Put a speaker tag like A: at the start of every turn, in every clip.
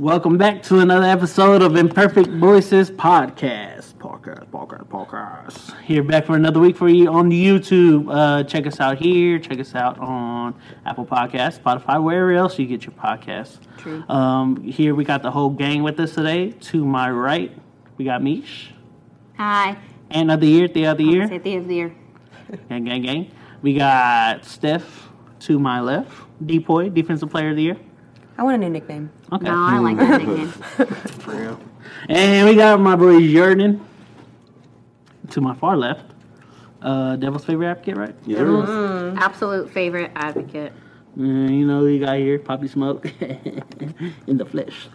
A: Welcome back to another episode of Imperfect Voices Podcast. Podcast, podcast, podcast. Here back for another week for you on YouTube. Uh, check us out here. Check us out on Apple Podcasts, Spotify, wherever else you get your podcasts. True. Um, here we got the whole gang with us today. To my right, we got Mish.
B: Hi.
A: And of the year, the other
B: It's
A: year.
B: at the end of the year.
A: Gang, gang, gang. We got Steph to my left. Depoy, Defensive Player of the Year.
C: I want a new nickname.
A: Okay.
B: No, I like that nickname.
A: And we got my boy Jordan to my far left. Uh, Devil's favorite advocate, right?
D: Yes, sir.
B: Absolute favorite advocate.
A: Mm, you know who you got here, Poppy Smoke in the flesh,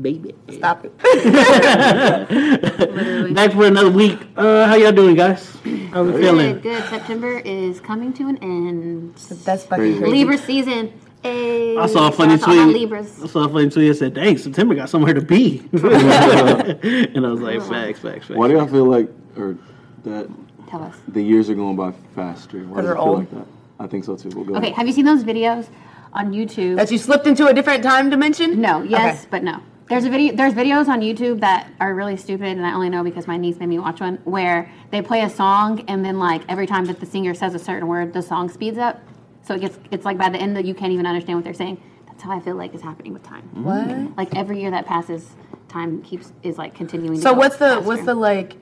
A: baby.
C: Stop it.
B: Literally.
A: Back for another week. Uh, how y'all doing, guys? How we
B: Good,
A: feeling?
B: good. September is coming to an end.
C: That's fucking
D: Crazy.
C: crazy.
B: Libra season. Hey,
A: I saw a funny
B: Shout out to all my
A: tweet. I
B: Libras.
A: saw a funny tweet that said, "Dang, September got somewhere to be," and I was like, "Facts, facts,
D: Why
A: facts."
D: do I feel like, or that
B: Tell us.
D: the years are going by faster? Why do
C: they're
D: I feel
C: old.
D: like that? I think so too. We'll go.
B: Okay, have you seen those videos on YouTube?
C: That you slipped into a different time dimension?
B: no, yes,
C: Okay.
B: but no. There's a video. There's videos on YouTube that are really stupid, and I only know because my niece made me watch one where they play a song, and then like every time that the singer says a certain word, the song speeds up. So it gets. It's like by the end that you can't even understand what they're saying. That's how I feel like is happening with time.
C: What?
B: like every year that passes time keeps is like continuing
C: So
B: to go
C: what's the
B: faster.
C: what's the like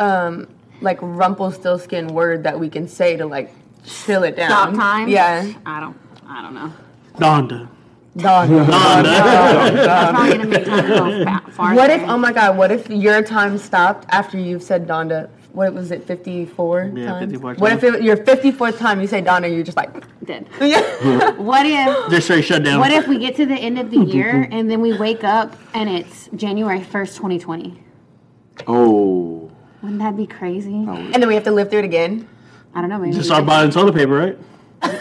C: um like Rumpelstiltskin word that we can say to like chill it down?
D: Um,
B: stop time
C: Yeah.
B: i don't i don't know
A: Donda.
C: Dog.
B: it's probably gonna make time go fa- farther
C: what if oh my god, what if your time stopped after you've said Donda? What was it, fifty four
A: Yeah,
C: times?
A: 54
C: What
A: times.
C: if it, your fifty fourth time you say Donna, you're just like
B: Dead.
C: Yeah.
B: what if
A: They're straight shut down.
B: what if we get to the end of the year and then we wake up and it's january 1st 2020
D: Oh,
B: wouldn't that be crazy
C: and then we have to live through it again.
B: i don't know maybe
A: Just start buying toilet paper, right?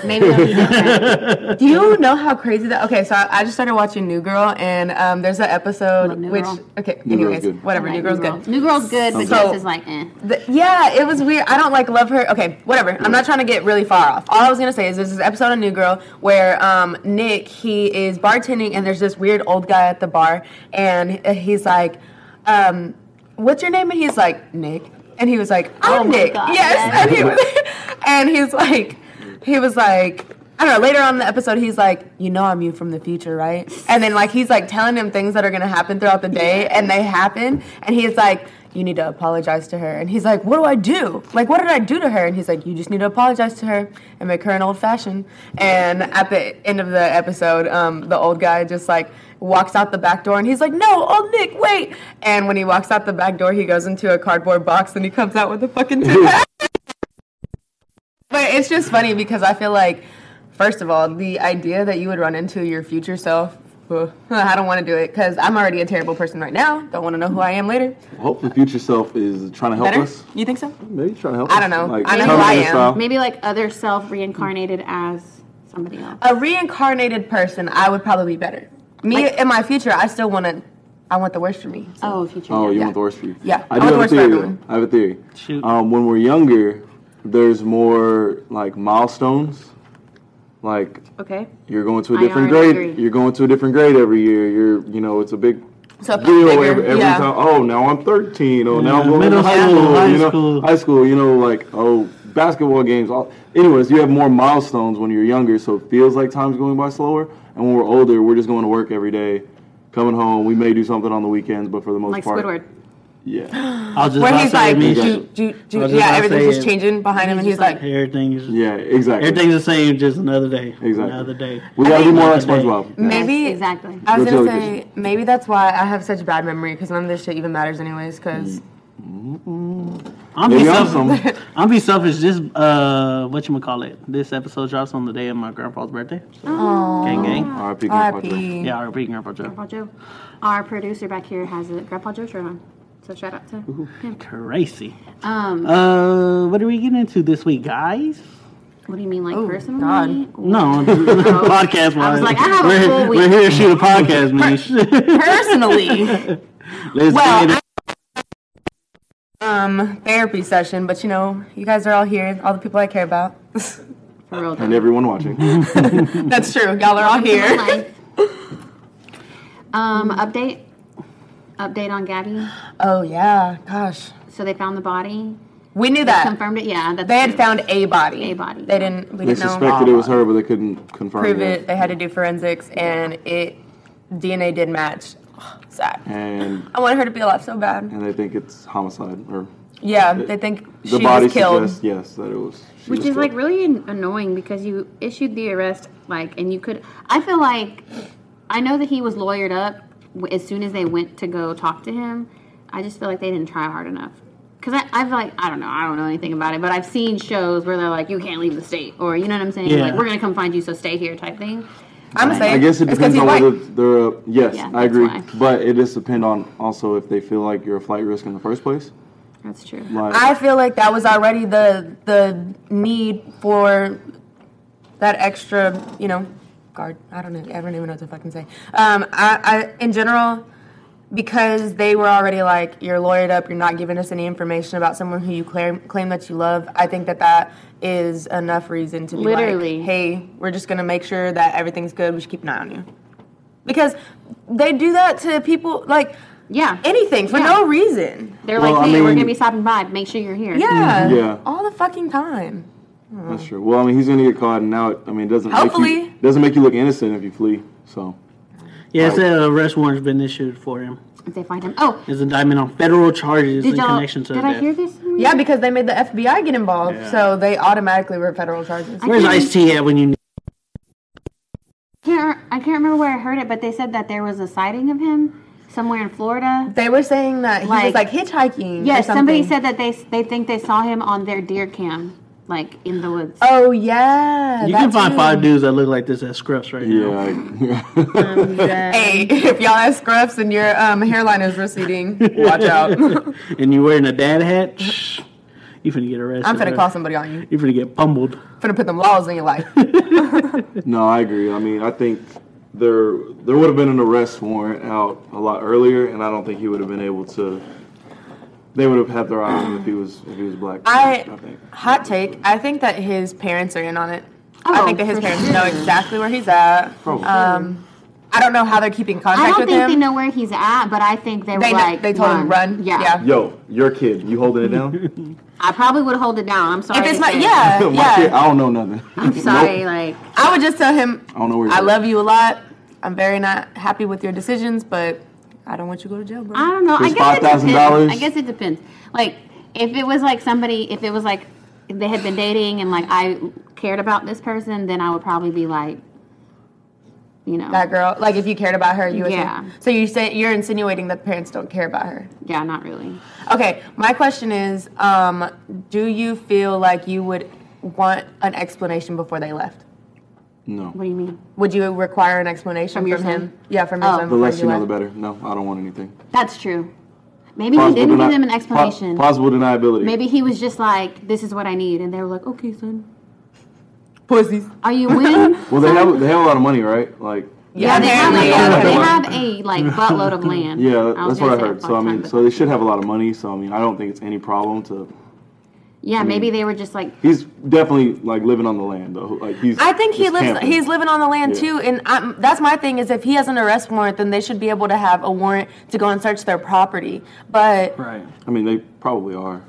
B: maybe it'll be different.
C: Do you know how crazy that? Okay, so I, I just started watching New Girl, and um, there's an episode
B: Love New
C: which
B: Girl.
C: okay,
D: New Girl's
C: anyways,
D: good.
C: whatever.
B: Like,
C: New Girl's
B: Girl.
C: good.
B: new girl's good but
C: So-
B: this is like eh.
C: The- yeah, it was weird. I don't like love her. Okay, whatever. I'm not trying to get really far off. All I was gonna say is there's this episode of New Girl where um, Nick he is bartending, and there's this weird old guy at the bar, and he's like, um, "What's your name?" And he's like, "Nick," and he was like, "I'm
B: Oh my
C: Nick."
B: God, yes.
C: yes, and he was, and he's like, he was like. I don't know. Later on in the episode, he's like, "You know, I'm you from the future, right?" And then like he's like telling him things that are gonna happen throughout the day, and they happen. And he's like, "You need to apologize to her." And he's like, "What do I do? Like, what did I do to her?" And he's like, "You just need to apologize to her and make her an old fashioned." And at the end of the episode, um, the old guy just like walks out the back door, and he's like, "No, old Nick, wait!" And when he walks out the back door, he goes into a cardboard box, and he comes out with a fucking. Toothpaste. But it's just funny because I feel like, first of all, the idea that you would run into your future self, ugh, I don't want to do it because I'm already a terrible person right now. Don't want to know who I am later.
D: hope the future self is trying to help
C: Better?
D: us.
C: You think so?
D: Maybe trying to help.
C: I don't
D: us.
C: know. I know
B: who
D: Terminator
B: I
C: am.
D: style.
B: maybe like other self reincarnated as somebody else
C: A reincarnated person, I would probably be better. Me in my future, I still want to. I want the worst for me.
B: oh future
D: Oh, you
C: Yeah.
D: want the worst for you?
C: Yeah.
D: I
C: I
D: do
C: want
D: have a
C: the worst for
D: theory. Though.
C: everyone.
D: I have a theory.
A: Shoot.
D: Um, when we're younger, there's more like milestones. Like
B: okay
D: you're going to a
B: I
D: different
B: already
D: grade.
B: agree.
D: You're going to a different grade every year. You're, you know, it's a big
C: So if
D: deal
C: I'm bigger,
D: every, every
C: yeah.
D: time. Oh, now I'm 13. Oh, now
A: Yeah,
D: I'm going
A: middle
D: to high
A: school,
D: school.
A: high
D: you know,
A: school.
D: high school. You know, like oh, basketball games. All. Anyways, you have more milestones when you're younger, so it feels like time's going by slower. And when we're older, we're just going to work every day, coming home. We may do something on the weekends, but for the most
B: like
D: part,
B: squidward
D: yeah,
A: I was just
C: Where
A: about
C: he's
A: to say,
C: like,
A: Mish,
C: do, do, do,
A: I was just about
C: yeah,
A: to say
C: everything's
A: it.
C: just changing behind him, and he's like,
A: everything is
D: yeah, exactly.
A: Everything's the same, just another day.
D: Exactly.
A: Another day.
D: We gotta be more like
A: Another day.
D: SpongeBob. Yeah.
C: maybe
B: Yes, exactly
C: I was
D: Go
C: gonna
D: jellyfish.
C: say maybe that's why I have such bad memory because none of this shit even matters anyways. Because
A: I'm be
D: Maybe I'm
A: selfish.
D: some.
A: I'm be selfish. This uh, what you call it? This episode drops on the day of my grandpa's birthday. Gang gang.
D: R.I.P. Grandpa Joe.
C: RIP.
A: Yeah, I repeat, Grandpa Joe.
B: Grandpa Joe. Our producer back here has a Grandpa Joe shirt on. So shout out to him.
A: Crazy.
B: Um,
A: Uh, what are we getting into this week, guys?
B: what do you mean, like
A: Oh,
B: personally?
C: God.
A: No, podcast wise.
B: I was like, I have a
A: Uh, we're,
B: full
A: here-
B: week.
A: we're here to shoot a podcast, man.
C: Personally,
A: Let's
C: Well,
A: get it.
C: um, therapy session, but you know, you guys are all here, all the people I care about.
B: For real,
D: And
B: though.
D: everyone watching.
C: That's true. Y'all are all here.
B: Life. Um, update. Update on Gabby.
C: Oh yeah, gosh,
B: So they found the body.
C: we knew that.
B: Confirmed it. Yeah, that's
C: They had
B: true.
C: found a body.
B: A body.
C: They didn't. We
D: They
C: didn't
D: suspected
C: know.
D: it was her, but they couldn't confirm
C: Prove
D: yet.
C: it. They had to do forensics, and it DNA did match. Sad.
D: And
C: I want her to be alive so bad.
D: and they think it's homicide or
C: Yeah, they think
D: the
C: she
D: body
C: was killed.
D: suggests yes that it was. she
B: Which
D: was
B: is like
D: killed.
B: really an- annoying because you issued the arrest like, and you could. I feel like I know that he was lawyered up w- as soon as they went to go talk to him. I just feel like they didn't try hard enough. Cause I, I've like I don't know I don't know anything about it, but I've seen shows where they're like you can't leave the state or you know what I'm saying
A: Yeah.
B: like we're gonna come find you so stay here type thing.
C: I'm saying.
D: I guess it
C: it's 'cause
D: depends
C: he
D: on
C: white.
D: whether they're. Uh, yes,
B: Yeah,
D: I
B: that's
D: agree.
B: why.
D: But it does depend on also if they feel like you're a flight risk in the first place.
B: That's true.
D: Like
C: I feel like that was already the the need for that extra, you know, guard. I don't know. I don't even know what to fucking say. Um, I, I in general, because they were already like, you're lawyered up. You're not giving us any information about someone who you claim claim that you love. I think that that is enough reason to be like,
B: Literally.
C: hey, we're just gonna make sure that everything's good. We should keep an eye on you, because they do that to people like
B: Yeah.
C: anything for
B: Yeah.
C: no reason.
B: They're
D: Well,
B: like,
D: I
B: hey, we're
D: mean-
B: gonna be stopping by. Make sure you're here.
C: Yeah.
D: Yeah.
C: All the fucking time.
D: that's true. Well, I mean, he's gonna get caught, and now it, I mean, it doesn't make
C: Hopefully.
D: you, doesn't make you look innocent if you flee. So
A: Yeah, it said a arrest warrant's been issued for him.
B: If they find him. Oh,
A: His indictment on federal charges
B: did
A: in
B: y'all?
A: connection
B: Did
A: to
B: I
A: death.
B: hear this? somewhere?
C: Yeah, because they made the FBI get involved,
A: Yeah.
C: so they automatically were federal charges.
A: Where's Ice T at when you need?
B: can't, I can't remember where I heard it, but they said that there was a sighting of him somewhere in Florida.
C: They were saying that he
B: Like-
C: was like hitchhiking.
B: Yeah,
C: or something.
B: somebody said that they they think they saw him on their deer cam, like in the woods.
C: Oh yeah,
A: You
C: that
A: can find
C: too.
A: five dudes that look like this at Scruffs right now.
D: yeah, I,
C: Hey, if y'all have scruffs and your um, hairline is receding, watch out.
A: and you wearing a dad hat, you finna get arrested.
C: I'm
A: bro.
C: finna call somebody on you.
A: You finna get pummeled.
C: Finna put them laws in your life.
D: no, I agree. I mean, I think there there would have been an arrest warrant out a lot earlier, and I don't think he would have been able to. They would have had their eye on him if he was if he was black.
C: I
D: think.
C: hot take. I think that his parents are in on it. I
B: Oh,
C: think that his
B: for
C: parents
B: sure.
C: know exactly where he's at.
D: Probably.
C: Um, I don't know how they're keeping
B: I
C: contact
B: don't
C: with
B: think
C: him.
B: they know where he's at, but I think they were
C: They know-
B: like,
C: they told him run.
B: Yeah.
C: Yeah.
D: Yo, your kid, you holding it down?
B: I probably would hold it down. I'm sorry.
C: If it's
B: to
C: my
B: say.
C: yeah,
D: My
C: yeah.
D: kid, I don't know nothing.
B: I'm sorry. Like,
C: I would just tell him,
D: I don't know where you're
C: I
D: at."
C: love you a lot. I'm very not happy with your decisions, but I don't want you to go to jail, bro.
B: I don't know. I
D: Here's
B: guess it depends.
D: $5,000.
B: I guess it depends. Like, if it was like somebody, if it was like if they had been dating and like I cared about this person, then I would probably be like, you know,
C: that girl, like if you cared about her, you would.
B: Yeah.
C: So you say you're insinuating that the parents don't care about her.
B: yeah, not really.
C: Okay, my question is, um, do you feel like you would want an explanation before they left?
D: No.
B: What do you mean?
C: Would you require an explanation
B: From
C: from,
B: your
C: him?
B: son?
C: Yeah, from your
B: Oh.
C: son.
D: The
C: before
D: less
C: he
D: you know,
C: left.
D: the better. No, I don't want anything.
B: That's true. Maybe he
D: Possible
B: didn't give
D: deni-
B: them an
D: po-
B: explanation.
D: possible deniability.
B: Maybe he was just like, "This is what I need," and they were like, "Okay, son,
C: Pussies.
B: are you winning?"
D: Well, they have they have a lot of money, right? Like,
B: yeah, they have, like,
C: apparently,
B: a, they
C: yeah.
B: have a like buttload of land.
D: yeah,
B: I was
D: that's what I
B: gonna say
D: heard.
B: a
D: So
B: fuck
D: I
B: ton,
D: mean,
B: but-
D: so they should have a lot of money. So I mean, I don't think it's any problem to.
B: yeah, maybe they were just like,
D: He's definitely like living on the land though. Like he's.
C: I think he
D: he's
C: lives.
D: camping.
C: He's living on the land
D: Yeah.
C: too, and I'm, that's my thing. Is if he has an arrest warrant, then they should be able to have a warrant to go and search their property. But
A: Right.
D: I mean, they probably are.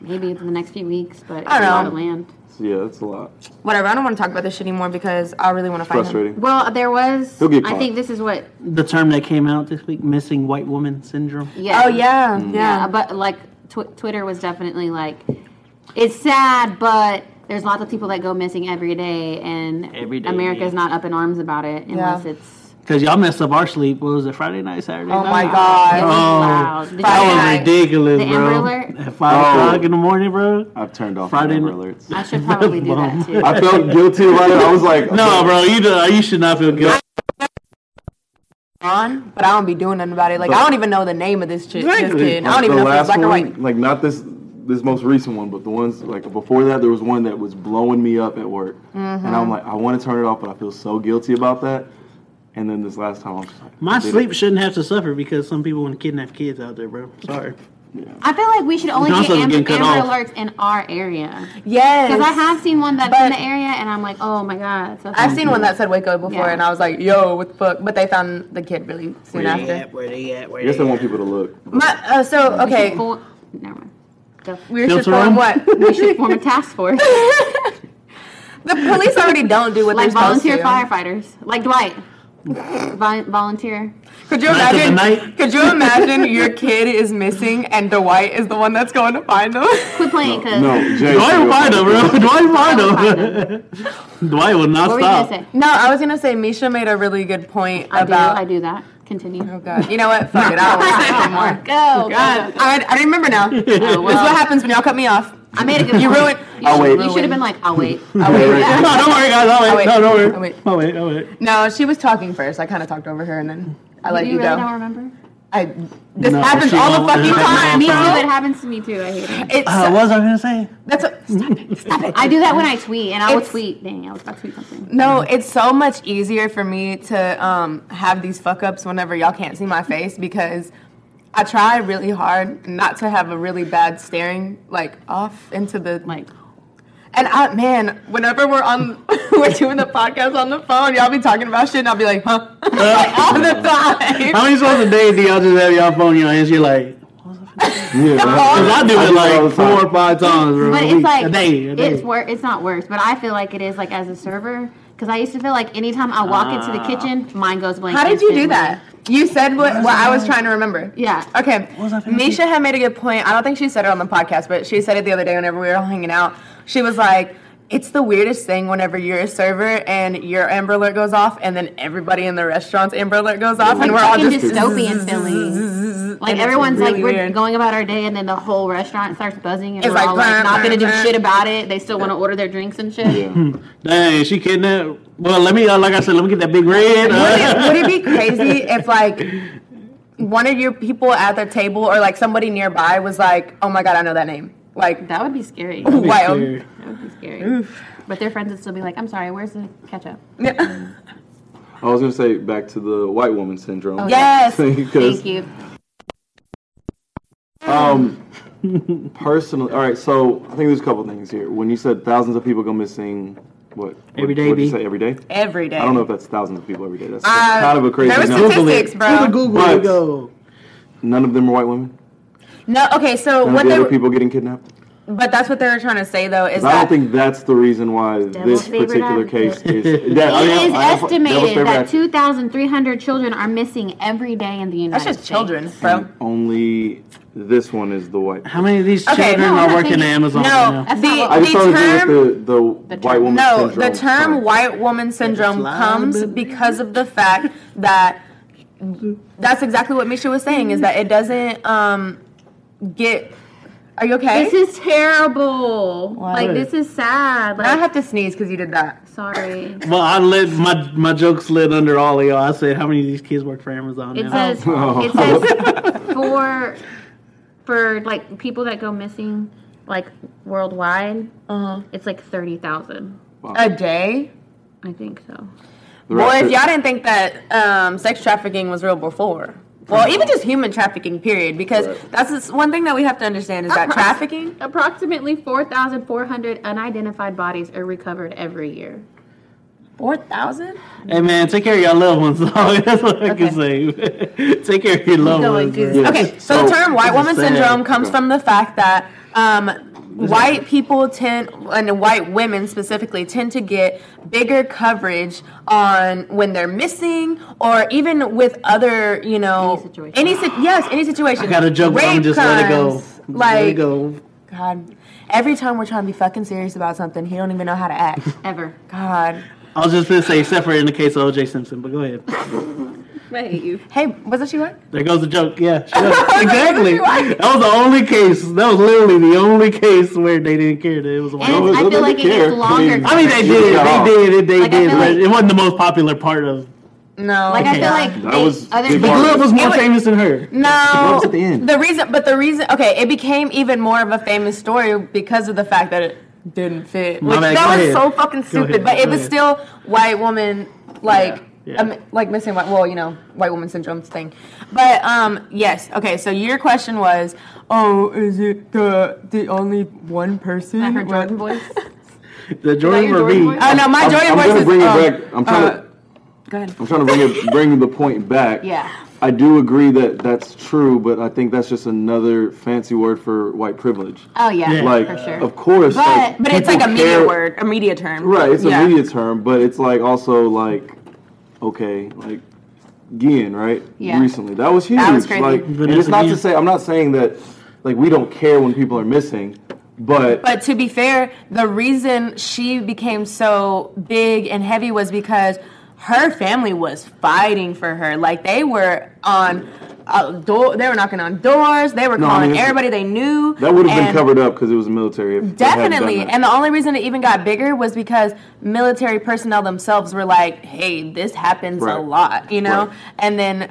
B: maybe it's in the next few weeks, but it's
C: I
B: a
C: don't
B: lot of
C: know.
B: land.
D: So, yeah, that's a lot.
C: whatever, I don't want to talk about this shit anymore because I really want to find him.
D: Frustrating.
B: Well, there was.
D: He'll get
B: I
D: caught.
B: think this is what.
A: The term that came out this week, missing white woman syndrome.
B: Yeah.
C: Oh yeah,
D: Mm.
C: yeah.
B: Yeah, but like tw- Twitter was definitely like, it's sad, but there's lots of people that go missing every day, and
A: Every day,
B: America's
A: yeah.
B: not up in arms about it unless
C: Yeah.
B: it's
A: Because y'all messed up our sleep. What was it, Friday night, Saturday
C: Oh
A: night?
C: my god.
A: Oh,
B: loud. The
A: That was
B: Friday night.
A: ridiculous,
B: The Amber
A: bro.
B: Alert?
A: At 5
D: Oh.
A: o'clock in the morning, bro.
D: I've turned off
A: Friday
D: Friday my
A: n-
D: Amber alerts.
B: I should probably do that too.
D: I felt guilty about it. I was like,
A: No, bro, you, do, you should not feel guilty.
D: Uh-huh.
C: On, but I don't be doing nothing about it. Like I don't even know the name of this chick.
A: Exactly.
C: This kid. I don't even
D: the
C: know if it's
D: last
C: black or
D: one,
C: white.
D: like not this this most recent one, but the ones like before that, there was one that was blowing me up at work, and
C: Mm-hmm.
D: I'm like, I want to turn it off, but I feel so guilty about that. And then this last time, I'm just like,
A: My
D: I did it.
A: sleep shouldn't have to suffer because some people want to kidnap kids out there, bro. Sorry.
B: I feel like we should only
A: Y'all
B: get
A: supposed to
B: Amber,
A: get cut
B: Amber
A: off.
B: alerts in our area.
C: Yes.
B: Because I have seen one that's in
C: But-
B: the area, and I'm like, oh my god. So
C: I've seen one that said Waco before,
B: Yeah.
C: and I was like, "Yo, what the fuck?" But they found the kid really soon after.
A: where they at, where
D: I guess they want people to look.
C: My, uh, so okay,
B: Full, never mind. Go.
C: we
A: Filter
C: should form
A: on?
C: what?
B: We should form a task force,
C: The police already don't do what
B: like
C: they're supposed
B: volunteer
C: to.
B: firefighters, like Dwight. Vol- volunteer.
C: Could you
A: Night of the
C: imagine?
A: night.
C: Could you imagine your kid is missing and Dwight is the one that's going to find them?
B: Quit playing, cause
D: No, Jay.
A: Dwight Fido, bro. Dwight
B: Fido.
A: Fido. Dwight will not
B: what were you
A: stop.
B: gonna say?
C: no, I was gonna say Misha made a really good point
B: I do.
C: about.
B: I do that. Continue.
C: Oh god, you know what? Fuck it. I don't want to say it anymore.
B: Go.
C: God, I, I remember now.
A: Oh,
C: This is
B: well.
C: what happens when y'all cut me off.
B: I made a good.
C: You
B: point.
C: ruined.
B: You
D: I'll
B: should-
D: wait.
B: You should have been like, I'll wait.
D: Wait, wait, wait.
A: No, don't worry, guys. I'll
C: I'll
A: wait.
C: wait.
A: No,
C: I'll
A: don't worry.
C: wait.
A: I'll wait. I'll wait.
C: No, she was talking first. I kind of talked over her, and then I let
B: you
C: you,
B: really
C: go.
B: don't remember?
C: I this
A: No,
C: happens
A: she
C: all the
A: won't.
C: fucking time.
B: Me too.
C: bro.
B: It happens to me too. I hate it.
C: It's
A: Uh, what was I gonna say?
C: that's a,
B: I do that when I tweet, and I will
C: It's-
B: tweet. Dang, I was about to tweet something.
C: no. It's so much easier for me to um, have these fuck ups whenever y'all can't see my face because I try really hard not to have a really bad staring like off into the
B: Like,
C: And I, man, whenever we're on, we're doing the podcast on the phone, y'all be talking about shit, and I'll be like, huh, Like, all the
A: How
C: time.
A: many times a day do y'all just have y'all phone in your hands? You're like,
D: Yeah,
A: Cause I do
D: I
A: it
D: do it all
A: like
D: the time.
A: four or five times, bro.
B: but
A: a
B: it's
A: week,
B: like
A: a day, a day.
B: it's wor- It's not worse, but I feel like it is. Like as a server, because I used to feel like anytime I walk into the kitchen, mine goes blank.
C: Ah. How did you do
B: instantly.
C: that? You said what, what I was trying to remember.
B: Yeah.
C: Okay.
A: was I thinking?
C: Misha had made a good point. I don't think she said it on the podcast, but she said it the other day whenever we were all hanging out. She was like, it's the weirdest thing whenever you're a server and your Amber Alert goes off, and then everybody in the restaurant's Amber Alert goes off, and we're all
B: fucking
C: just
B: dystopian feeling. Like
C: And it's
B: everyone's like
C: really
B: we're
C: weird.
B: going about our day, and then the whole restaurant starts buzzing, and
C: It's
B: we're
C: like,
B: all like
C: "Bah,
B: not gonna do
C: bah, bah."
B: shit about it. They still want to order their drinks and shit.
D: Yeah.
A: Dang, she kidnapped. Well, let me, uh, like I said, let me get that big red.
C: Would
A: Uh,
C: it, would it be crazy if like one of your people at the table or like somebody nearby was like, "Oh my god, I know that name." Like
B: That would be scary.
C: Ooh.
B: That
A: big
C: wild.
A: hair.
B: would be scary. But their friends would still be like, "I'm sorry, where's the ketchup?"
D: I was gonna say back to the white woman syndrome.
C: Oh, yes.
D: because
B: Thank you.
D: Um, personally, all right. So I think there's a couple things here. When you said thousands of people go missing, what
A: Every day,
D: What
A: B.
D: you say every day?
C: Every day.
D: I don't know if that's thousands of people every day. That's
C: Uh,
D: kind of a crazy
C: there was
D: number.
A: Google
C: statistics,
A: it.
C: bro.
A: Go to Google
D: But-
A: it, go.
D: None of them are white women.
C: No, okay, so
D: None
C: what
D: of the
C: they
D: other
C: were,
D: people getting kidnapped.
C: but that's what they were trying to say though is
D: 'Cause I
C: that
D: don't think that's the reason why
B: Devil's
D: this
B: favorite
D: particular case
B: advocate.
D: is. That, I
B: It
D: mean,
B: is
D: I- I- devil's
B: estimated
D: favorite
B: that
D: advocate.
B: 2,300 children are missing every day in the United
C: that's
B: States.
C: just children, bro.
D: Only this one is the white.
A: How many of these
C: Okay,
A: children
C: no,
B: I'm
A: are
B: not
A: working
B: thinking-
A: at Amazon? right
C: No,
A: now?
C: the,
B: That's not what-
D: I just
C: the
D: thought it
C: term
D: was with the, the white woman
C: No,
D: syndrome.
C: the term
D: Sorry.
C: white woman syndrome
A: Fly,
C: comes
A: baby.
C: because of the fact that that's exactly what Misha was saying is that it doesn't um get Are you okay?
B: This is terrible. Like, this is sad. Like,
C: I have to sneeze because you did that.
B: sorry.
A: Well, I let my my joke slid under all of y'all. I said, how many of these kids work for Amazon
B: It
A: now?
B: says
D: Oh.
B: it says for for like people that go missing like worldwide. It's like thirty thousand,
C: A day?
B: I think so.
D: The
C: Well,
D: rest
C: if
D: of-
C: y'all didn't think that um, sex trafficking was real before. Well, even just human trafficking, period, because
D: Right.
C: that's just one thing that we have to understand is that trafficking.
B: Approximately four thousand four hundred unidentified bodies are recovered every year.
C: 4,000?
A: hey man, take care of your loved ones. dog. That's what I can say. take care of your loved
B: Going
A: ones.
B: to
A: bro.
D: Yeah.
C: Okay, so, the
D: So-
C: term white
A: This is
C: woman
A: sad.
C: syndrome comes
D: Okay.
C: from the fact that um, white people tend, and white women specifically, tend to get bigger coverage on when they're missing or even with other, you know,
B: Any situation.
C: Any si- yes, any situation.
A: I got a joke, but I'm
C: Rape
A: just let it go.
C: crimes,
A: Just
C: Like,
A: let it go.
C: God, every time we're trying to be fucking serious about something, he don't even know how to act.
B: Ever.
C: God,
A: I was just gonna say, except for in the case of OJ Simpson, but go ahead.
B: I hate you.
C: Hey, wasn't she white?
A: There goes the joke. Yeah, sure. exactly. That was the only case. That was literally the only case where they didn't care that it was a white.
B: And
D: No,
B: I feel
D: no, they
B: like it
D: care.
B: gets longer.
D: I mean-
A: I mean, they did.
D: Yeah.
A: They did. It, they
B: Like, I
A: did.
B: feel
A: But
B: like-
A: it wasn't the most popular part of.
C: No.
B: Like I
A: Okay.
B: feel like
D: That
B: they,
D: was
B: other
D: big
B: people-
D: part.
A: Glove was more
C: It wa-
A: famous than her.
C: No,
D: was at the end.
C: reason, but the reason, okay, it became even more of a famous story because of the fact that it didn't fit.
A: My
C: Which
A: bad,
C: that
A: go
C: was
A: ahead.
C: so fucking
A: Go
C: stupid,
A: ahead,
C: but it
A: go
C: was
A: ahead.
C: still white woman, like,
A: Yeah, yeah.
C: um, like missing white. Well, you know, white woman syndrome thing. But um, yes, okay. So your question was, oh, is it the the only one person?
B: I heard Jordan
C: Well,
B: voice.
A: The Jordan
B: your Jordan
A: Verbe.
B: voice?
C: Oh no, my
D: I'm,
C: Jordan
D: I'm
C: voice
D: gonna
C: is.
D: bring
C: um,
D: it back. I'm trying
C: uh,
D: to.
C: Go ahead.
D: I'm trying to bring it, bring the point back.
B: Yeah.
D: I do agree that that's true, but I think that's just another fancy word for white privilege.
B: Oh yeah,
A: Yeah.
D: like,
B: for sure.
D: of course, like,
B: But-
C: But it's
D: people
C: like a media
D: care-
C: word, a media term.
D: Right, it's
C: Yeah.
D: a media term, but it's like also like, okay, like Guillen, right?
B: Yeah.
D: Recently, that was huge.
C: That was crazy.
D: Like, and
A: Vanessa
D: it's not
A: Guillen.
D: to say I'm not saying that like we don't care when people are missing, but,
C: But to be fair, the reason she became so big and heavy was because her family was fighting for her. Like they were on uh, door, they were knocking on doors, they were
D: No, I
C: calling
D: mean,
C: everybody they knew.
D: that would have been
C: and
D: covered up because it was military. If they hadn't done
C: Definitely.
D: that.
C: And the only reason it even got bigger was because military personnel themselves were like, "Hey, this happens a
D: Right.
C: lot," you know?
D: Right.
C: And then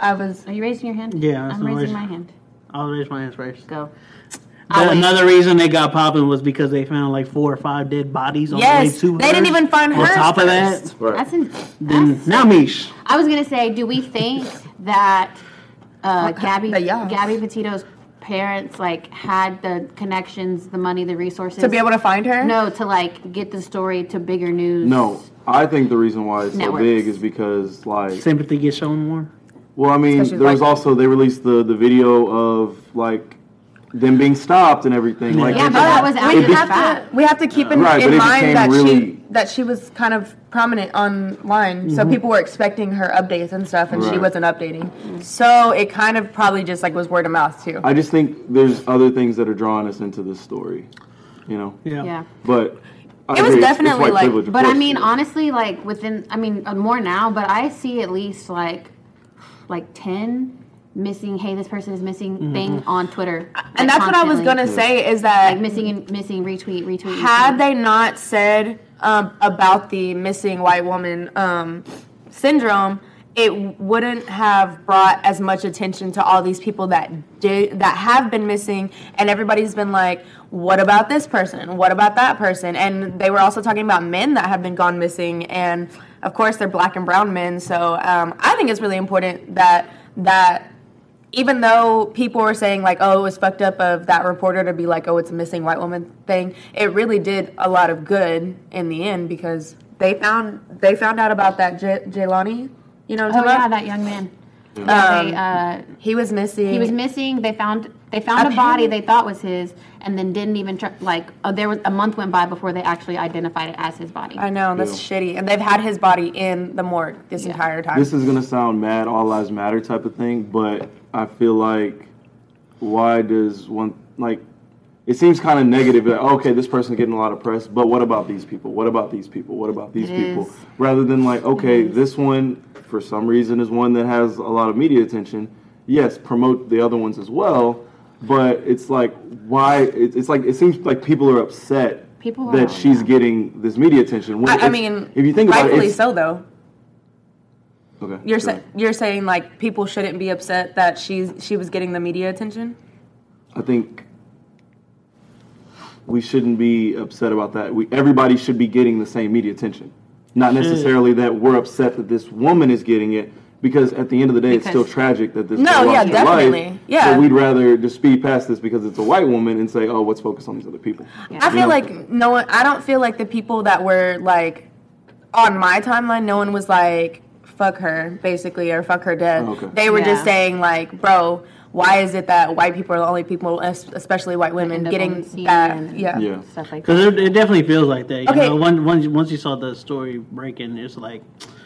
C: I was
B: Are you raising your hand?
A: Yeah, that's
B: I'm
A: no
B: raising
A: worries.
B: my hand.
A: I'll raise my hands first.
B: Go.
A: But
C: wait.
A: another reason they got popping was because they found like four or five dead bodies on the way
C: Yes,
A: to her.
C: they didn't even find
A: On
C: hers
A: top of that,
C: first.
D: Right.
B: That's in.
A: then now Mish.
B: I was gonna say, do we think that uh, Gabby
C: But yeah.
B: Gabby Petito's parents like had the connections, the money, the resources
C: to be able to find her.
B: no to like get the story to bigger news?
D: no, I think the reason why it's
B: Networks.
D: so big is because like
A: Sympathy gets shown more.
D: Well, I mean,
C: Especially
D: there was
C: like-
D: also they released the the video of like them being stopped and everything. Like,
B: Yeah, but
D: it's
B: that
D: like-
B: was
C: we
B: after
D: it be-
B: the
C: have
B: fact.
C: to we have to keep in,
D: Right, but
C: in
D: it
C: mind
D: became
C: that she
D: really- Mm-hmm.
C: that she was kind of prominent online, so people were expecting her updates and stuff, and she
D: Right.
C: wasn't updating. So it kind of probably just like was word of mouth too.
D: I just think there's other things that are drawing us into this story, you know.
A: Yeah.
B: Yeah.
D: But I
C: It was
D: agree, it's- it's
C: definitely
D: white
C: like-
D: privilege, of
B: But I
D: course.
B: mean, honestly, like within, I mean, uh, more now, but I see at least like, like ten missing. Hey, this person is missing thing on Twitter, like,
C: and that's what I was
B: constantly.
C: gonna say is that
B: Like missing and missing, retweet, retweet.
C: had
B: retweet.
C: they not said um, about the missing white woman um, syndrome, it wouldn't have brought as much attention to all these people that did that have been missing, and everybody's been like, "What about this person? What about that person?" And they were also talking about men that have been gone missing, and of course they're black and brown men. So um, I think it's really important that that even though people were saying like, "Oh, it was fucked up of that reporter to be like, oh, it's a missing white woman thing," it really did a lot of good in the end because they found they found out about that J- Jelani. You know, what
B: Oh
C: I'm talking
B: yeah,
C: about?
B: that young man. Yeah,
C: Um,
B: they, uh,
C: he was missing.
B: he was missing. They found they found Mm. a body they thought was his, and then didn't even try, like. Uh, there was a month went by before they actually identified it as his body.
C: I know that's shitty, and they've had his body in the morgue this entire time.
D: this is gonna sound mad, all lives matter type of thing, but I feel like why does one like it seems kind of negative that okay, this person's getting a lot of press, but what about these people? What about these people? What about these
B: It
D: people?
B: is.
D: Rather than like okay, this one for some reason is one that has a lot of media attention. Yes, promote the other ones as well, but it's like why it's, it's like it seems like people are upset
B: People are,
D: that she's getting this media attention. When
C: I, I
D: it's-
C: mean,
D: if you think about it,
C: rightfully
D: it's-
C: so though.
D: okay,
C: You're
D: go
C: sa-
D: ahead.
C: you're saying like people shouldn't be upset that she's she was getting the media attention.
D: I think we shouldn't be upset about that. We everybody should be getting the same media attention. Not necessarily that we're upset that this woman is getting it, because at the end of the day, it's still
B: Because-
D: tragic that this.
C: No, yeah,
D: girl lost her life,
C: definitely. Yeah.
D: But we'd rather just speed past this because it's a white woman and say, oh, let's focus on these other people.
C: I feel
D: know?
C: like no one. I don't feel like the people that were like on my timeline. No one was like "fuck her" basically or "fuck her dead."
D: Okay.
C: They were just
B: Yeah.
C: saying like, "Bro, why is it that white people are the only people, es- especially white women,
B: End up
C: getting
B: on CNN
C: that?"
B: and
C: Yeah.
D: Yeah.
B: Stuff like that.
A: Because it, it definitely feels like that. You
C: Okay.
A: know, once, once once you saw the story breaking, it's like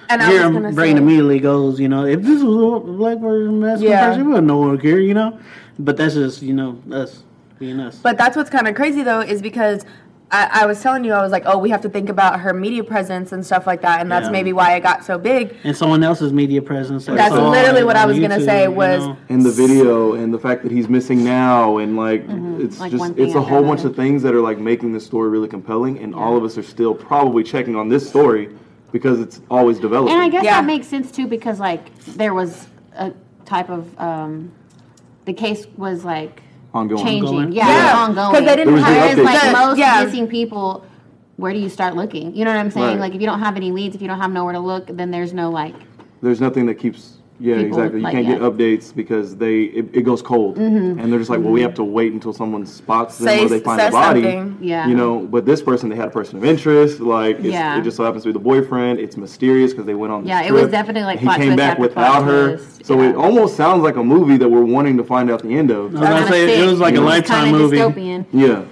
C: And I was
A: your
C: gonna
A: brain
C: say-
A: immediately goes, you know, if this was a black person, that's
C: Yeah.
A: yeah. person, well, no one would care, you know. But that's just you know us being us.
C: But that's what's kind of crazy though, is because I, I was telling you, I was like, oh, we have to think about her media presence and stuff like that, and that's
A: Yeah.
C: maybe why it got so big.
A: and someone else's media presence. or
C: That's
A: song
C: literally what I
A: on
C: was gonna
A: YouTube,
C: say
A: you
C: was-
A: know?
D: and the video and the fact that he's missing now and like it's
B: Mm-hmm. Like one
D: just
B: thing
D: it's a
B: after
D: whole
B: another.
D: bunch of things that are like making this story really compelling and all of us are still probably checking on this story because it's always developing
B: And I guess
C: Yeah.
B: that makes sense too because like there was a type of um, the case was like
D: Ongoing.
B: changing,
A: Ongoing.
B: yeah,
C: Yeah.
B: it was ongoing.
C: 'Cause they didn't
D: It was the
B: Whereas,
D: update.
B: like
D: The-
B: most
C: yeah.
B: missing people. Where do you start looking? You know what I'm saying?
D: Right.
B: Like if you don't have any leads, if you don't have nowhere to look, then there's no like.
D: there's nothing that keeps yeah
B: People,
D: exactly you
B: like,
D: can't get
B: yeah. Mm-hmm.
D: updates because they it, it goes cold and they're just like well we have to wait until someone spots them
C: Say-
D: or they find
C: says
D: a body
C: something.
B: Yeah.
D: you know but this person they had a person of interest like it's,
B: Yeah.
D: it just so happens to be the boyfriend it's mysterious because they went on this
B: Yeah, it was
D: trip.
B: definitely, like,
D: he
B: plot
D: came
B: twist
D: back
B: after
D: without
B: plot
D: her
B: twist,
D: so
B: yeah.
D: it almost sounds like a movie that we're wanting to find out the end of
A: I was gonna
B: kinda
A: say it
B: sick.
A: was like a lifetime
B: kinda
A: movie.
B: Dystopian.
D: yeah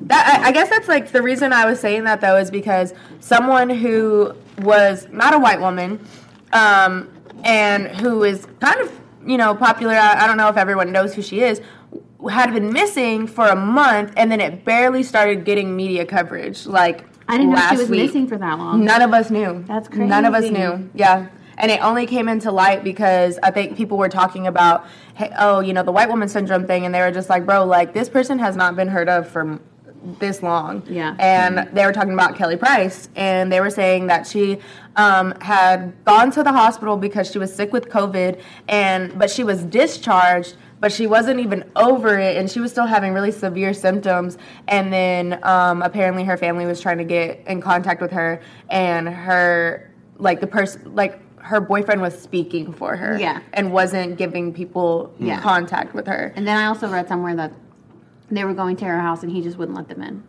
C: That, I, I guess that's like the reason I was saying that though is because someone who was not a white woman, um, and who is kind of you know popular. I, I don't know if everyone knows who she is. w- Had been missing for a month, and then it barely started getting media coverage. Like
B: I didn't know
C: last
B: she was
C: week.
B: missing for that long.
C: None of us knew.
B: That's
C: None of us
B: crazy.
C: knew. Yeah. And it only came into light because I think people were talking about, hey, oh, you know, the white woman syndrome thing, and they were just like, bro, like this person has not been heard of for m- this long.
B: Yeah. Mm-hmm.
C: And they were talking about Kelly Price, and they were saying that she um, had gone to the hospital because she was sick with COVID, and but she was discharged, but she wasn't even over it, and she was still having really severe symptoms. And then um, apparently her family was trying to get in contact with her, and her like the person like her boyfriend was speaking for her,
B: Yeah.
C: and wasn't giving people
B: Yeah.
C: contact with her.
B: And then I also read somewhere that they were going to her house and he just wouldn't let them in.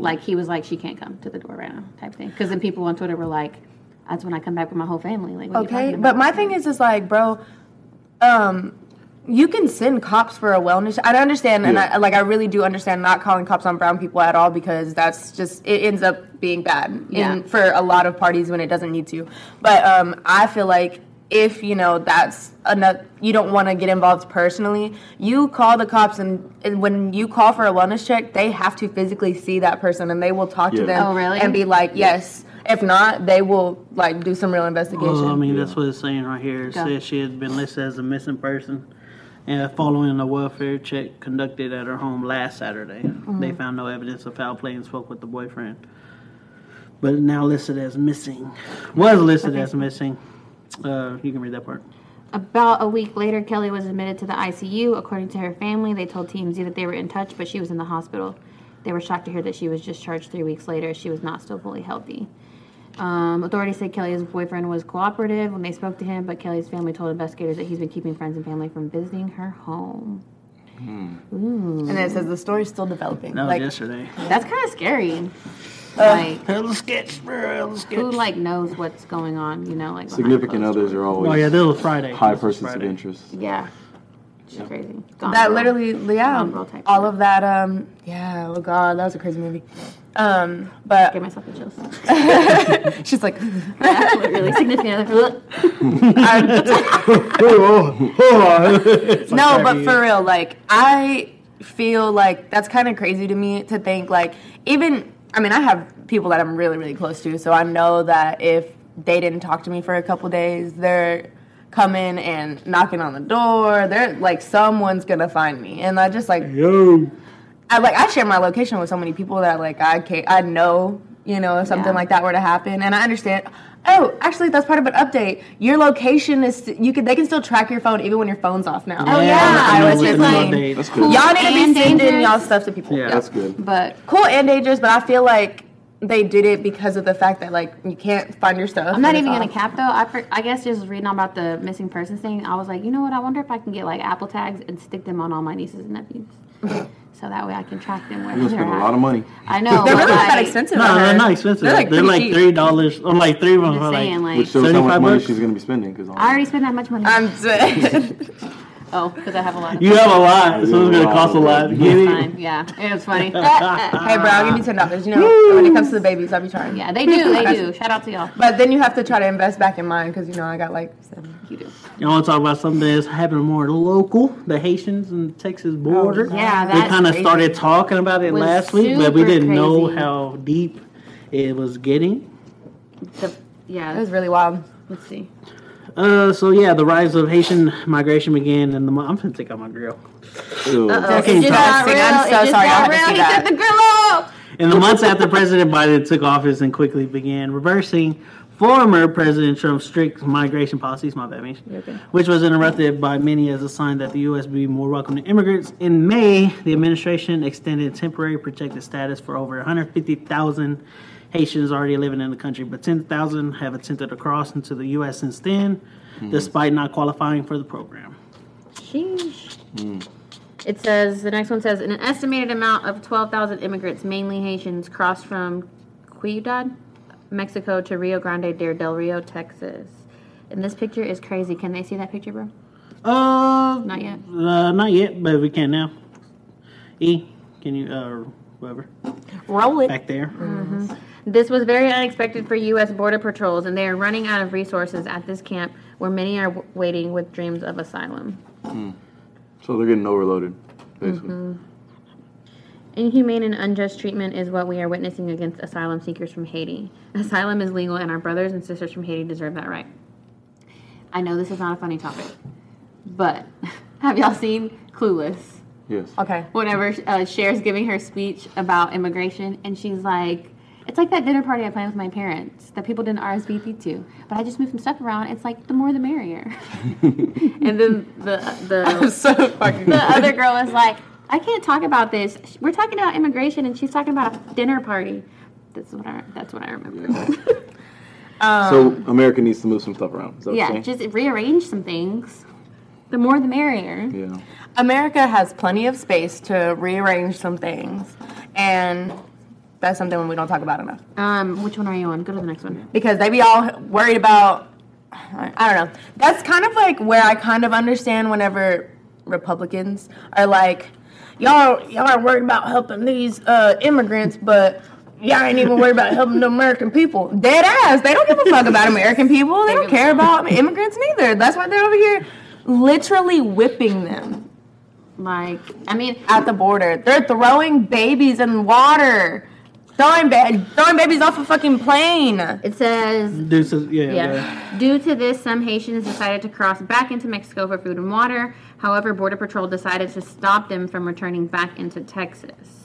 B: Like he was like, she can't come to the door right now, type thing. Because then people on Twitter were like, that's when I come back with my whole family. Like, what are you
C: Okay,
B: talking
C: but
B: about?
C: my thing is, is like, bro, um, you can send cops for a wellness. I don't understand, and
D: Yeah.
C: I, like, I really do understand not calling cops on brown people at all because that's just it ends up being bad in-
B: Yeah.
C: for a lot of parties when it doesn't need to. But um, I feel like if you know that's enough, you don't want to get involved personally. You call the cops, and, and when you call for a wellness check, they have to physically see that person, and they will talk
D: Yeah.
C: to them
B: Oh, really?
C: and be like, yes. If not, they will like do some real investigation.
A: Well, Oh, I mean, that's what it's saying right here. It
B: Go.
A: says she had been listed as a missing person and following a welfare check conducted at her home last Saturday. They found no evidence of foul play and spoke with the boyfriend. But now listed as missing. Was listed as missing. Uh, you can read that part.
B: About a week later, Kelly was admitted to the ICU. According to her family, they told TMZ that they were in touch, but she was in the hospital. They were shocked to hear that she was discharged three weeks later. She was not still fully healthy. Um, authorities said Kelly's boyfriend was cooperative when they spoke to him, but Kelly's family told investigators that he's been keeping friends and family from visiting her home.
C: And then it says the story's still developing.
A: That was
C: like
A: yesterday.
B: That's kind of scary. Like,
A: Hell of sketch, bro. Hell of sketch.
B: who like knows what's going on? You know, like behind
D: significant
B: closed
D: others
B: doors.
D: are always
A: Oh, yeah, this was Friday.
D: high
A: This was
D: persons of
A: Friday.
D: interest
B: Yeah, she's crazy. Gone
C: that
B: girl.
C: literally,
B: Homegirl
C: yeah.
B: type
C: All
B: shit.
C: of that, um, yeah. Oh god, that was a crazy movie. Um, but
B: Give myself the chills.
C: she's like,
B: That's literally significant other.
A: Oh,
C: no, but for real, like I feel like that's kind of crazy to me to think like even. I mean, I have people that I'm really, really close to, so I know that if they didn't talk to me for a couple days, they're coming and knocking on the door. They're like, someone's gonna find me, and I just like
A: Yo.
C: I like I share my location with so many people that like I can't I know you know if something
B: Yeah.
C: like that were to happen and I understand. Oh, actually, that's part of an update. Your location is you can they can still track your phone even when your phone's off now.
B: Oh, yeah.
C: I was
A: With
C: just
A: no
C: like-
A: update.
D: that's good
C: Y'all need to be
B: And
C: sending
B: dangerous.
C: y'all stuff to people.
A: Yeah.
D: that's good
B: But
C: Cool and dangerous, but I feel like they did it because of the fact that like you can't find your stuff.
B: I'm not
C: when
B: even
C: it's
B: gonna
C: off.
B: cap though. I for, I guess just reading about the missing persons thing, I was like, you know what? I wonder if I can get like Apple tags and stick them on all my nieces and nephews, so that way I can track them wherever
D: you
B: they're
D: spend a
B: at.
D: lot of money
B: I know.
C: They're
B: but,
C: really not that
B: like,
C: expensive.
A: No,
C: on
A: they're
C: her.
A: not expensive. They're like,
C: pretty cheap.
A: three dollars or like three of them
B: I'm
A: for
B: just
A: like,
B: saying, like,
D: which shows how
A: 75
D: much money
A: bucks?
D: she's going to be spending because
B: I already spent that much money.
C: I'm
B: oh, because I have a lot. Of
A: You have a lot, so it's gonna cost a lot to get it.
B: Fine. Yeah, it was funny. yeah,
C: hey, bro, I'll give you ten dollars. You know, when it comes to the babies, I'll be trying.
B: they do. They do. Shout out to y'all.
C: But then you have to try to invest back in mine because you know I got like seven.
B: You do.
A: You want to talk about something that's happening more local, the Haitians and the Texas border.
B: Oh, Yeah,
A: we
B: that's
A: kind of
C: crazy.
A: started talking about it
B: Was
A: last week, but we
B: super
A: didn't know
B: crazy.
A: how deep it was getting.
B: The, yeah.
C: It was really wild.
B: let's see.
A: Uh, so yeah, the rise of Haitian migration began in the. mo- I'm gonna take out my grill.
D: Ew.
A: Okay,
B: It just got
C: Disgusting.
B: real.
C: I'm
B: It
C: so
B: just
C: sorry. I
B: got
C: had to
B: real.
C: see
B: He
C: that.
B: took the grill off.
A: In the months after President Biden took office and quickly began reversing former President Trump's strict migration policies, my bad, Mish, which was interrupted by many as a sign that the U.S. would be more welcome to immigrants. In May, the administration extended temporary protected status for over 150,000 Haitians already living in the country, but 10,000 have attempted to cross into the U.S. since then, despite not qualifying for the program.
B: Sheesh.
C: Mm.
B: It says the next one says an estimated amount of 12,000 immigrants, mainly Haitians, crossed from Ciudad, Mexico, to Rio Grande de Del Rio, Texas. And this picture is crazy. Can they see that picture, bro?
A: Uh,
B: Not yet.
A: Uh, not yet, but we can now. E, can you, uh, whoever,
B: Roll it.
A: back there?
B: This was very unexpected for U.S. border patrols, and they are running out of resources at this camp, where many are w- waiting with dreams of asylum.
D: So they're getting overloaded, basically.
B: Mm-hmm. Inhumane and unjust treatment is what we are witnessing against asylum seekers from Haiti. Asylum is legal, and our brothers and sisters from Haiti deserve that right. I know this is not a funny topic, but have y'all seen Clueless?
D: Yes.
C: Okay.
B: Whenever uh, Cher's giving her speech about immigration, and she's like, it's like that dinner party I planned with my parents that people didn't RSVP to, but I just moved some stuff around. It's like the more the merrier. and then the the
C: So fucking.
B: the other girl was like, I can't talk about this. We're talking about immigration, and she's talking about a dinner party. That's what I. That's what I remember.
D: so America needs to move some stuff around. Is that what
B: Yeah,
D: you're saying?
B: just rearrange some things. The more, the merrier.
D: yeah.
C: America has plenty of space to rearrange some things, and that's something we don't talk about enough
B: Um, which one are you on? Go to the next one.
C: because they be all worried about. I don't know. That's kind of like where I kind of understand whenever Republicans are like, y'all y'all are worried about helping these uh, immigrants, but. Y'all ain't even worried about helping the American people. Dead ass. They don't give a fuck about American people. They don't care about immigrants neither. That's why they're over here literally whipping them.
B: Like, I mean,
C: at the border. They're throwing babies in water. Throwing, ba- throwing babies off a fucking plane.
B: it says
A: This is, yeah, okay.
B: Yeah. Due to this, some Haitians decided to cross back into Mexico for food and water. However, Border Patrol decided to stop them from returning back into Texas.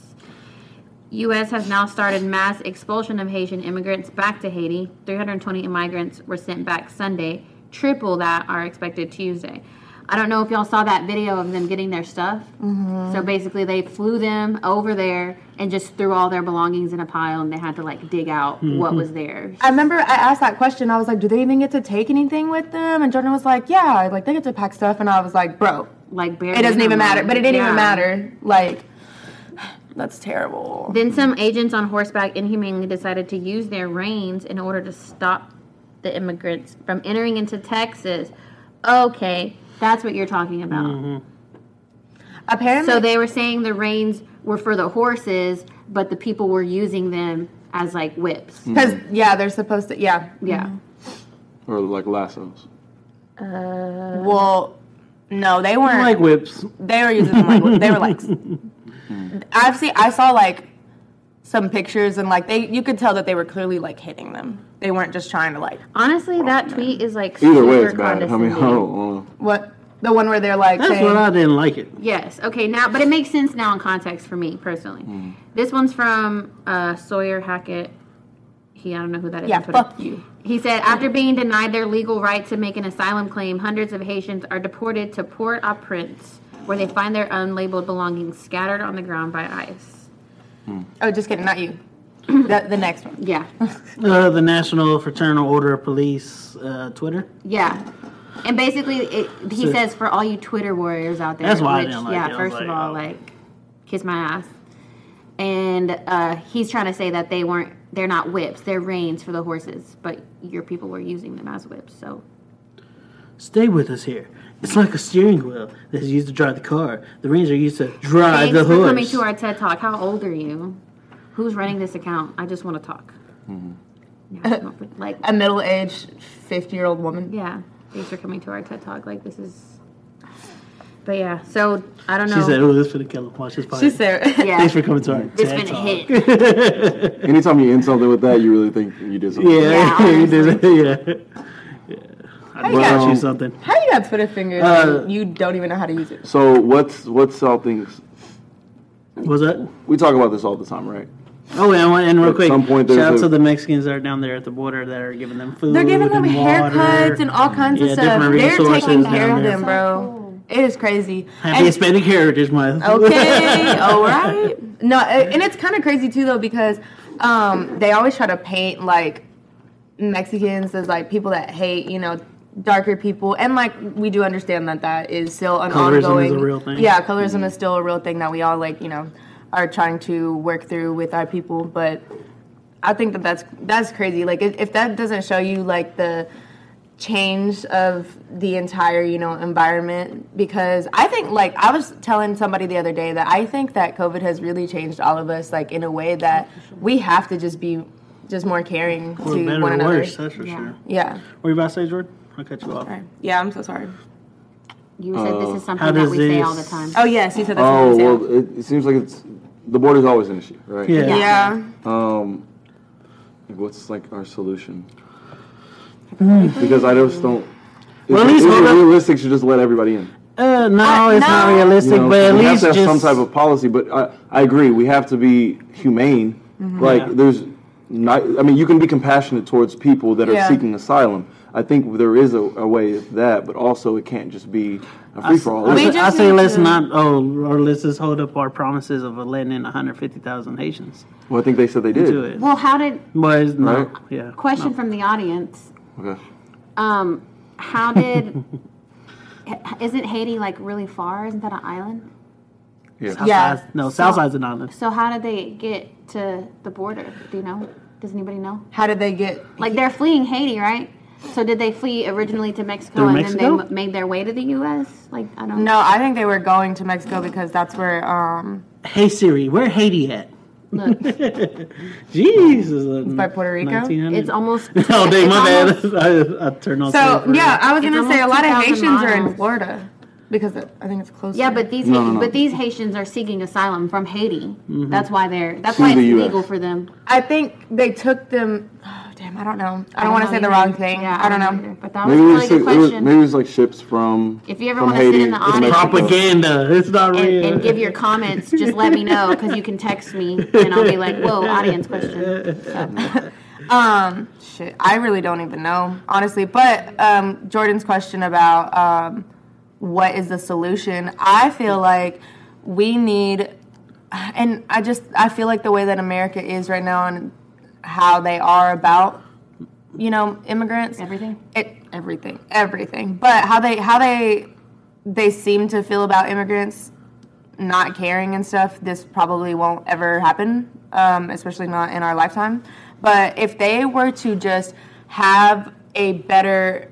B: U.S. has now started mass expulsion of Haitian immigrants back to Haiti. 320 migrants were sent back Sunday, triple that are expected Tuesday. I don't know if y'all saw that video of them getting their stuff. So basically, they flew them over there and just threw all their belongings in a pile, and they had to like dig out what was there.
C: I remember I asked that question. I was like, do they even get to take anything with them? And Jordan was like, yeah, like they get to pack stuff. And I was like, bro,
B: like bare
C: it doesn't
B: minimum.
C: even matter. But it didn't even
B: Yeah.
C: matter. Like, that's terrible.
B: Then some agents on horseback inhumanely decided to use their reins in order to stop the immigrants from entering into Texas. Okay, that's what you're talking about.
D: Mm-hmm.
C: Apparently,
B: So they were saying the reins were for the horses, but the people were using them as like whips.
D: Mm-hmm.
C: because yeah, they're supposed to. Yeah,
B: Yeah.
D: Or like lassos.
C: Well, no, they weren't.
A: Like whips.
C: They were using them like they were like. I've seen. I saw like some pictures and like they. You could tell that they were clearly like hitting them. They weren't just trying to like
B: Honestly, that tweet is like
D: Either
B: super
D: way, it's bad. I mean, I
B: condescending.
D: don't know.
C: what the one where they're like
A: That's
C: saying.
A: what I didn't like it.
B: Yes. Okay. Now, but it makes sense now in context for me personally. This one's from uh, Sawyer Hackett. He, I don't know who that is.
C: Yeah,
B: on Twitter.
C: fuck you.
B: He said, after being denied their legal right to make an asylum claim, hundreds of Haitians are deported to Port-au-Prince, where they find their unlabeled belongings scattered on the ground by ICE.
C: oh, just kidding, not you. the, the next one.
B: Yeah,
A: Uh, the National Fraternal Order of Police uh, Twitter.
B: yeah. And basically, it, he
A: So-
B: says for all you Twitter warriors out there,
A: That's why I
B: which,
A: didn't like
B: yeah,
A: it. I was
B: first of
A: like,
B: all,
A: oh.
B: like kiss my ass. And uh, he's trying to say that they weren't, they're not whips, they're reins for the horses, but your people were using them as whips. So
A: Stay with us here. It's like a steering wheel that's used to drive the car. The reins are used to drive
B: thanks
A: Uh, the
B: for
A: horse.
B: coming to our TED Talk. How old are you? Who's running this account? I just
A: Mm-hmm.
B: want to talk. Yeah, I don't- like
C: A middle-aged fifty-year-old woman.
B: yeah. Thanks for coming to our TED Talk. Like this is. But yeah, so I don't know.
A: She said, "Oh, this for the kill him." Watch this podcast.
C: She's there.
B: yeah,
A: Thanks for coming to our
B: it's
A: TED
B: been a
A: Talk.
B: hit.
D: Anytime you end something with that, you really think you did something.
A: Yeah,
B: Yeah,
A: you did it. Yeah. I
C: you
A: brought
D: got-
A: you something.
C: How do you got Twitter fingers?
A: Uh,
C: and you don't even know how to use it.
D: So what's what's all things?
A: Was that?
D: We talk about this all the time, right?
A: Oh, and, one- and real
D: At
A: quick,
D: some point
A: shout
D: there's
A: out
D: a-
A: to the Mexicans that are down there at the border that are giving them food.
C: They're giving them
A: and water.
C: haircuts and all kinds
A: Yeah,
C: of stuff.
A: different
C: They're
A: resources
C: taking
A: down
C: care of
A: there.
C: them, bro. It is crazy.
A: Happy
C: And- Oh,
A: Hispanic Heritage Month.
C: okay, all right. No, a- and it's kind of crazy too though because um, they always try to paint like Mexicans as like people that hate, you know, darker people, and like we do understand that that is still an
A: Colorism is
C: ongoing.
A: a real thing. Mm-hmm.
C: Yeah, colorism is still a real thing that we all like, you know, are trying to work through with our people, but. I think that that's that's crazy. Like if, if that doesn't show you like the change of the entire you know environment because I think like I was telling somebody the other day that I think that COVID has really changed all of us like in a way that we have to just be just more caring
A: For
C: to
A: better
C: one
A: or
C: another.
A: worse, that's for sure.
C: Yeah.
A: What you about to say, Jordan? I cut you off.
C: Yeah, I'm so sorry.
B: You said this is
A: How
B: something that
A: does
B: we say all the
A: this-
B: time.
C: Oh yes, you said that's
D: Oh
C: what I was
D: well, it, it seems like it's the border's always an issue, right?
A: Yeah.
C: saying. Yeah.
D: Um, like, what's like our solution? Because I just don't.
A: Well, at
D: is
A: least
D: it- is
A: hold
D: it
A: up.
D: realistic to just let everybody in?
A: Uh, no,
C: Uh,
A: it's not
C: no.
A: realistic,
D: You know,
A: but at
D: we
A: least
D: have to have
A: just
D: some type of policy. But I, I agree, we have to be humane. Like
A: Yeah.
D: there's, not, I mean, you can be compassionate towards people that are
C: Yeah.
D: seeking asylum. I think there is a, a way of that, but also it can't just be a free for all.
A: I,
C: We
A: say- I
C: just
A: say
C: need
A: let's
C: to-
A: not, oh, or let's just hold up our promises of letting in 150,000 Haitians
D: Well, I think they said they did.
A: to it.
B: Well, how did
A: But it's not,
D: Right.
A: yeah.
B: question from the audience?
D: Okay.
B: Um, how did? h- isn't Haiti like really far? Isn't that an island?
D: Yeah.
A: South
C: Yeah.
A: Side- no, Southside's an island.
B: So how did they get to the border? Do you know? Does anybody know?
C: How did they get
B: Like they're fleeing Haiti, right? So did they flee originally to Mexico
A: Through
B: and then
A: Mexico?
B: they m- made their way to the U.S.? Like I don't know.
C: No, I think they were going to Mexico because that's where um
A: Hey Siri, where Haiti at?
B: Look,
A: Jesus. It's
C: by Puerto Rico?
B: it's almost.
A: Oh, dang,
B: it's
A: my
B: almost-
A: bad. I, I turned on. Siri
C: So
A: for-
C: yeah, I was
B: It's
C: gonna say a
B: almost
C: lot of
B: 2,000
C: Haitians are in
B: miles.
C: Florida because it, I think it's close.
B: Yeah, but these
D: No,
B: Haiti-
D: no, no.
B: but these Haitians are seeking asylum from Haiti.
A: Mm-hmm.
B: That's why they're. That's
D: To
B: why it's
D: the US.
B: legal for them.
C: I think they took them. Oh, damn, I don't know. I don't, want to
B: know
C: say the
B: either.
C: wrong thing.
B: Yeah,
C: I don't know.
B: either. But that was a
D: Maybe it
B: really
D: was,
B: good
D: like- it was-
B: question.
D: maybe it was like ships from.
B: If you ever
D: from
B: wanna sit in
D: Haiti
B: the
D: to
B: audience-
D: Mexico.
A: Propaganda. It's not
B: and,
A: real.
B: and give your comments. Just let me know because you can text me and I'll be like, "Whoa, audience question."
C: Um, shit, I really don't even know, honestly. But um, Jordan's question about um, what is the solution, I feel like we need, and I just I feel like the way that America is right now and how they are about you know immigrants,
B: Everything.
C: it, everything, everything. But how they how they they seem to feel about immigrants not caring and stuff, this probably won't ever happen, um, especially not in our lifetime. But if they were to just have a better,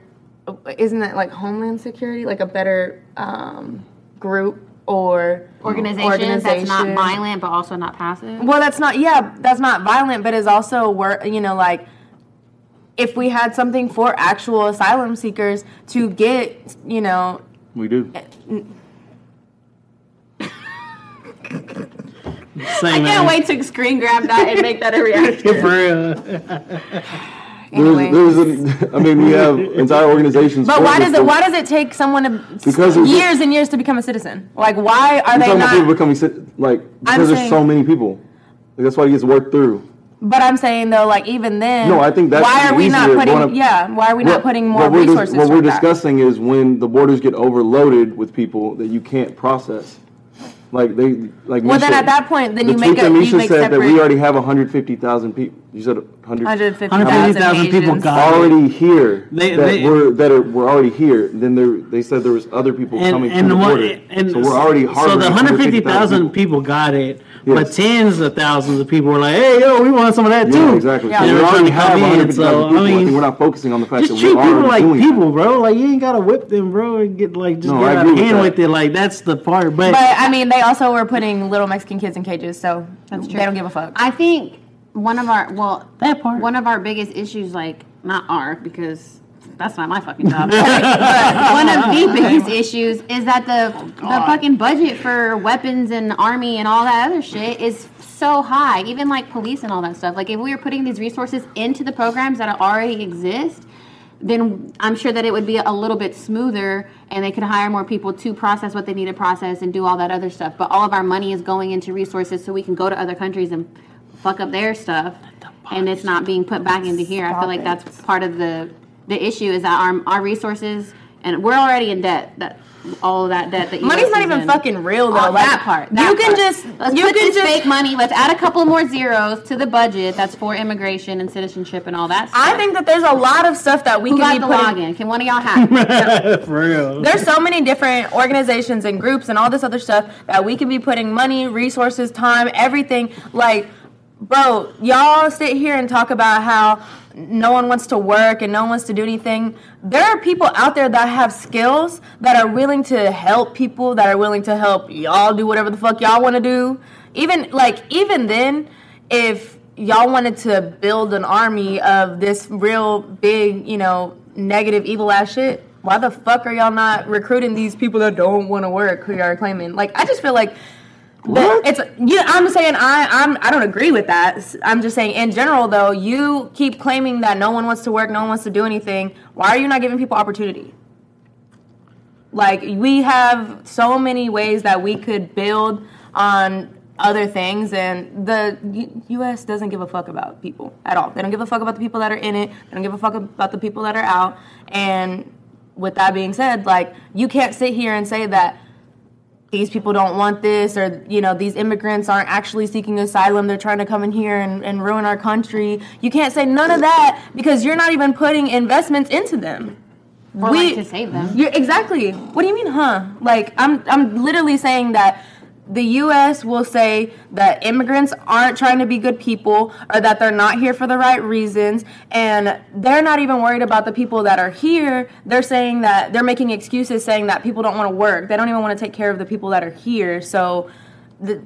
C: isn't it like Homeland Security, like a better um, group or
B: Organization, that's not violent but also not passive.
C: Well, that's not yeah, that's not violent, but is also wor- you know like if we had something for actual asylum seekers to get, you know,
D: We do.
A: Same, man.
B: to screen grab that and make that a reaction.
A: For real.
D: There's,
C: anyway.
D: there's an, I mean, we have entire organizations.
C: But
D: for
C: why
D: this.
C: does it why does it take someone to
D: Because it's-
C: years and years to become a citizen? Like why are
D: You're
C: they
D: talking about people
C: not?
D: becoming cit- like because there's
C: saying-
D: so many people. Like, that's why it gets worked through.
C: But I'm saying though, like even then,
D: No, I think that's
C: why are we not
D: easier.
C: putting
D: One of-
C: yeah? Why are we not putting more
D: what we're dis-
C: resources?
D: What we're
C: toward that?
D: discussing is when the borders get overloaded with people that you can't process. Like they like.
C: Well,
D: Misha-
C: then at that point, then
D: the
C: you
D: tweet
C: make a
D: that
C: you
D: Misha
C: make
D: said that
C: separate
D: we already have 150,000 people. You said 100.
C: 150,000
A: 150,000 people
C: Asians.
A: got-
D: already here
A: They-
D: that
A: they-
D: were that are, were already here. Then there, they said there was other people
A: And,
D: coming
A: and
D: through
A: what?
D: the border.
A: And
D: so we're already
A: So
D: harboring
A: the 150,000
D: 150,000
A: people got it, but
D: Yes.
A: tens of thousands of people were like, "Hey, yo, we want some of that
D: Yeah,
A: too."
D: exactly.
C: Yeah.
D: So
A: And
D: we
A: they're trying
D: already
A: to
D: have
A: come in.
D: 150,000 people.
A: So I
D: I think
A: mean,
D: we're not focusing on the fact
A: just
D: that
A: treat
D: we are
A: people like
D: doing
A: people, bro. Like you ain't gotta whip them, bro, and get like just
D: No, I
A: get out
D: agree
A: of
D: with
A: hand
D: that.
A: with it. Like that's the part. But,
C: But I mean, they also were putting little Mexican kids in cages, so
B: true.
C: they don't give a fuck.
B: I think one of our well
A: that part,
B: one of our biggest issues, like not our because that's not my fucking job. But one of the biggest issues is that the the fucking budget for weapons and army and all that other shit is so high. Even like police and all that stuff. Like if we were putting these resources into the programs that already exist, then I'm sure that it would be a little bit smoother and they could hire more people to process what they need to process and do all that other stuff. But all of our money is going into resources so we can go to other countries and fuck up their stuff and it's not being put back into here. I feel like that's part of the the issue is that our our resources and we're already in debt. That all of that debt that you
C: Money's
B: guys
C: not
B: is
C: even
B: in.
C: fucking real though.
B: All
C: like,
B: that part.
C: you
B: that
C: can
B: part.
C: just
B: let's
C: you
B: put
C: can
B: this
C: just
B: fake money. Let's add a couple more zeros to the budget that's for immigration and citizenship and all that. Stuff.
C: I think that there's a lot of stuff that we
B: Who
C: can
B: got
C: be
B: the
C: putting
B: login? Can one of y'all hack?
A: For real.
C: There's so many different organizations and groups and all this other stuff that we could be putting money, resources, time, everything. Like, bro, y'all sit here and talk about how no one wants to work and no one wants to do anything. There are people out there that have skills that are willing to help people, that are willing to help y'all do whatever the fuck y'all want to do. Even like even then, if y'all wanted to build an army of this real big, you know, negative evil ass shit, why the fuck are y'all not recruiting these people that don't want to work who y'all are claiming? Like, I just feel like that
D: What?
C: it's yeah. I'm saying I I'm I don't agree with that. S- I'm just saying in general though, you keep claiming that no one wants to work, no one wants to do anything. Why are you not giving people opportunity? Like we have so many ways that we could build on other things, and the U- U.S. doesn't give a fuck about people at all. They don't give a fuck about the people that are in it. They don't give a fuck about the people that are out. And with that being said, like you can't sit here and say that these people don't want this or you know these immigrants aren't actually seeking asylum they're trying to come in here and, and ruin our country you can't say none of that because you're not even putting investments into them
B: Or like to save them.
C: you're, exactly. What do you mean, huh? Like I'm I'm literally saying that the U.S. will say that immigrants aren't trying to be good people or that they're not here for the right reasons, and they're not even worried about the people that are here. They're saying that they're making excuses, saying that people don't want to work. They don't even want to take care of the people that are here. So, the,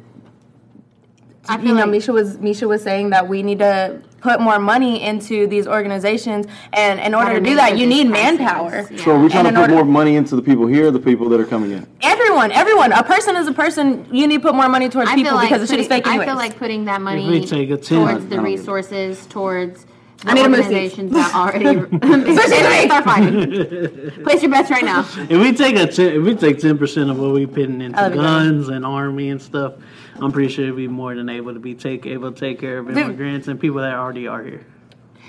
B: I
C: you
B: feel
C: know,
B: like-
C: Misha was Misha was saying that we need to put more money into these organizations, and in order to do that, you need manpower.
D: So are we trying
C: And
D: to
C: in
D: put
C: order-
D: more money into the people here, or the people that are coming in.
C: Everyone, everyone. A person is a person. You need to put more money towards
B: I
C: people
B: feel like
C: because the shit is
B: putting-
C: fake anyways.
B: I feel like putting that
A: we
B: money
A: take a
B: towards
A: ten, I
B: the
D: don't-
B: resources, towards the
C: need a moose
B: organizations that already start fighting. Place your bets right now.
A: If we take a ten, if we take ten percent of what we putting into
C: That'd be great.
A: guns and army and stuff, I'm pretty sure it'd be more than able to be take able to take care of immigrants and people that already are here.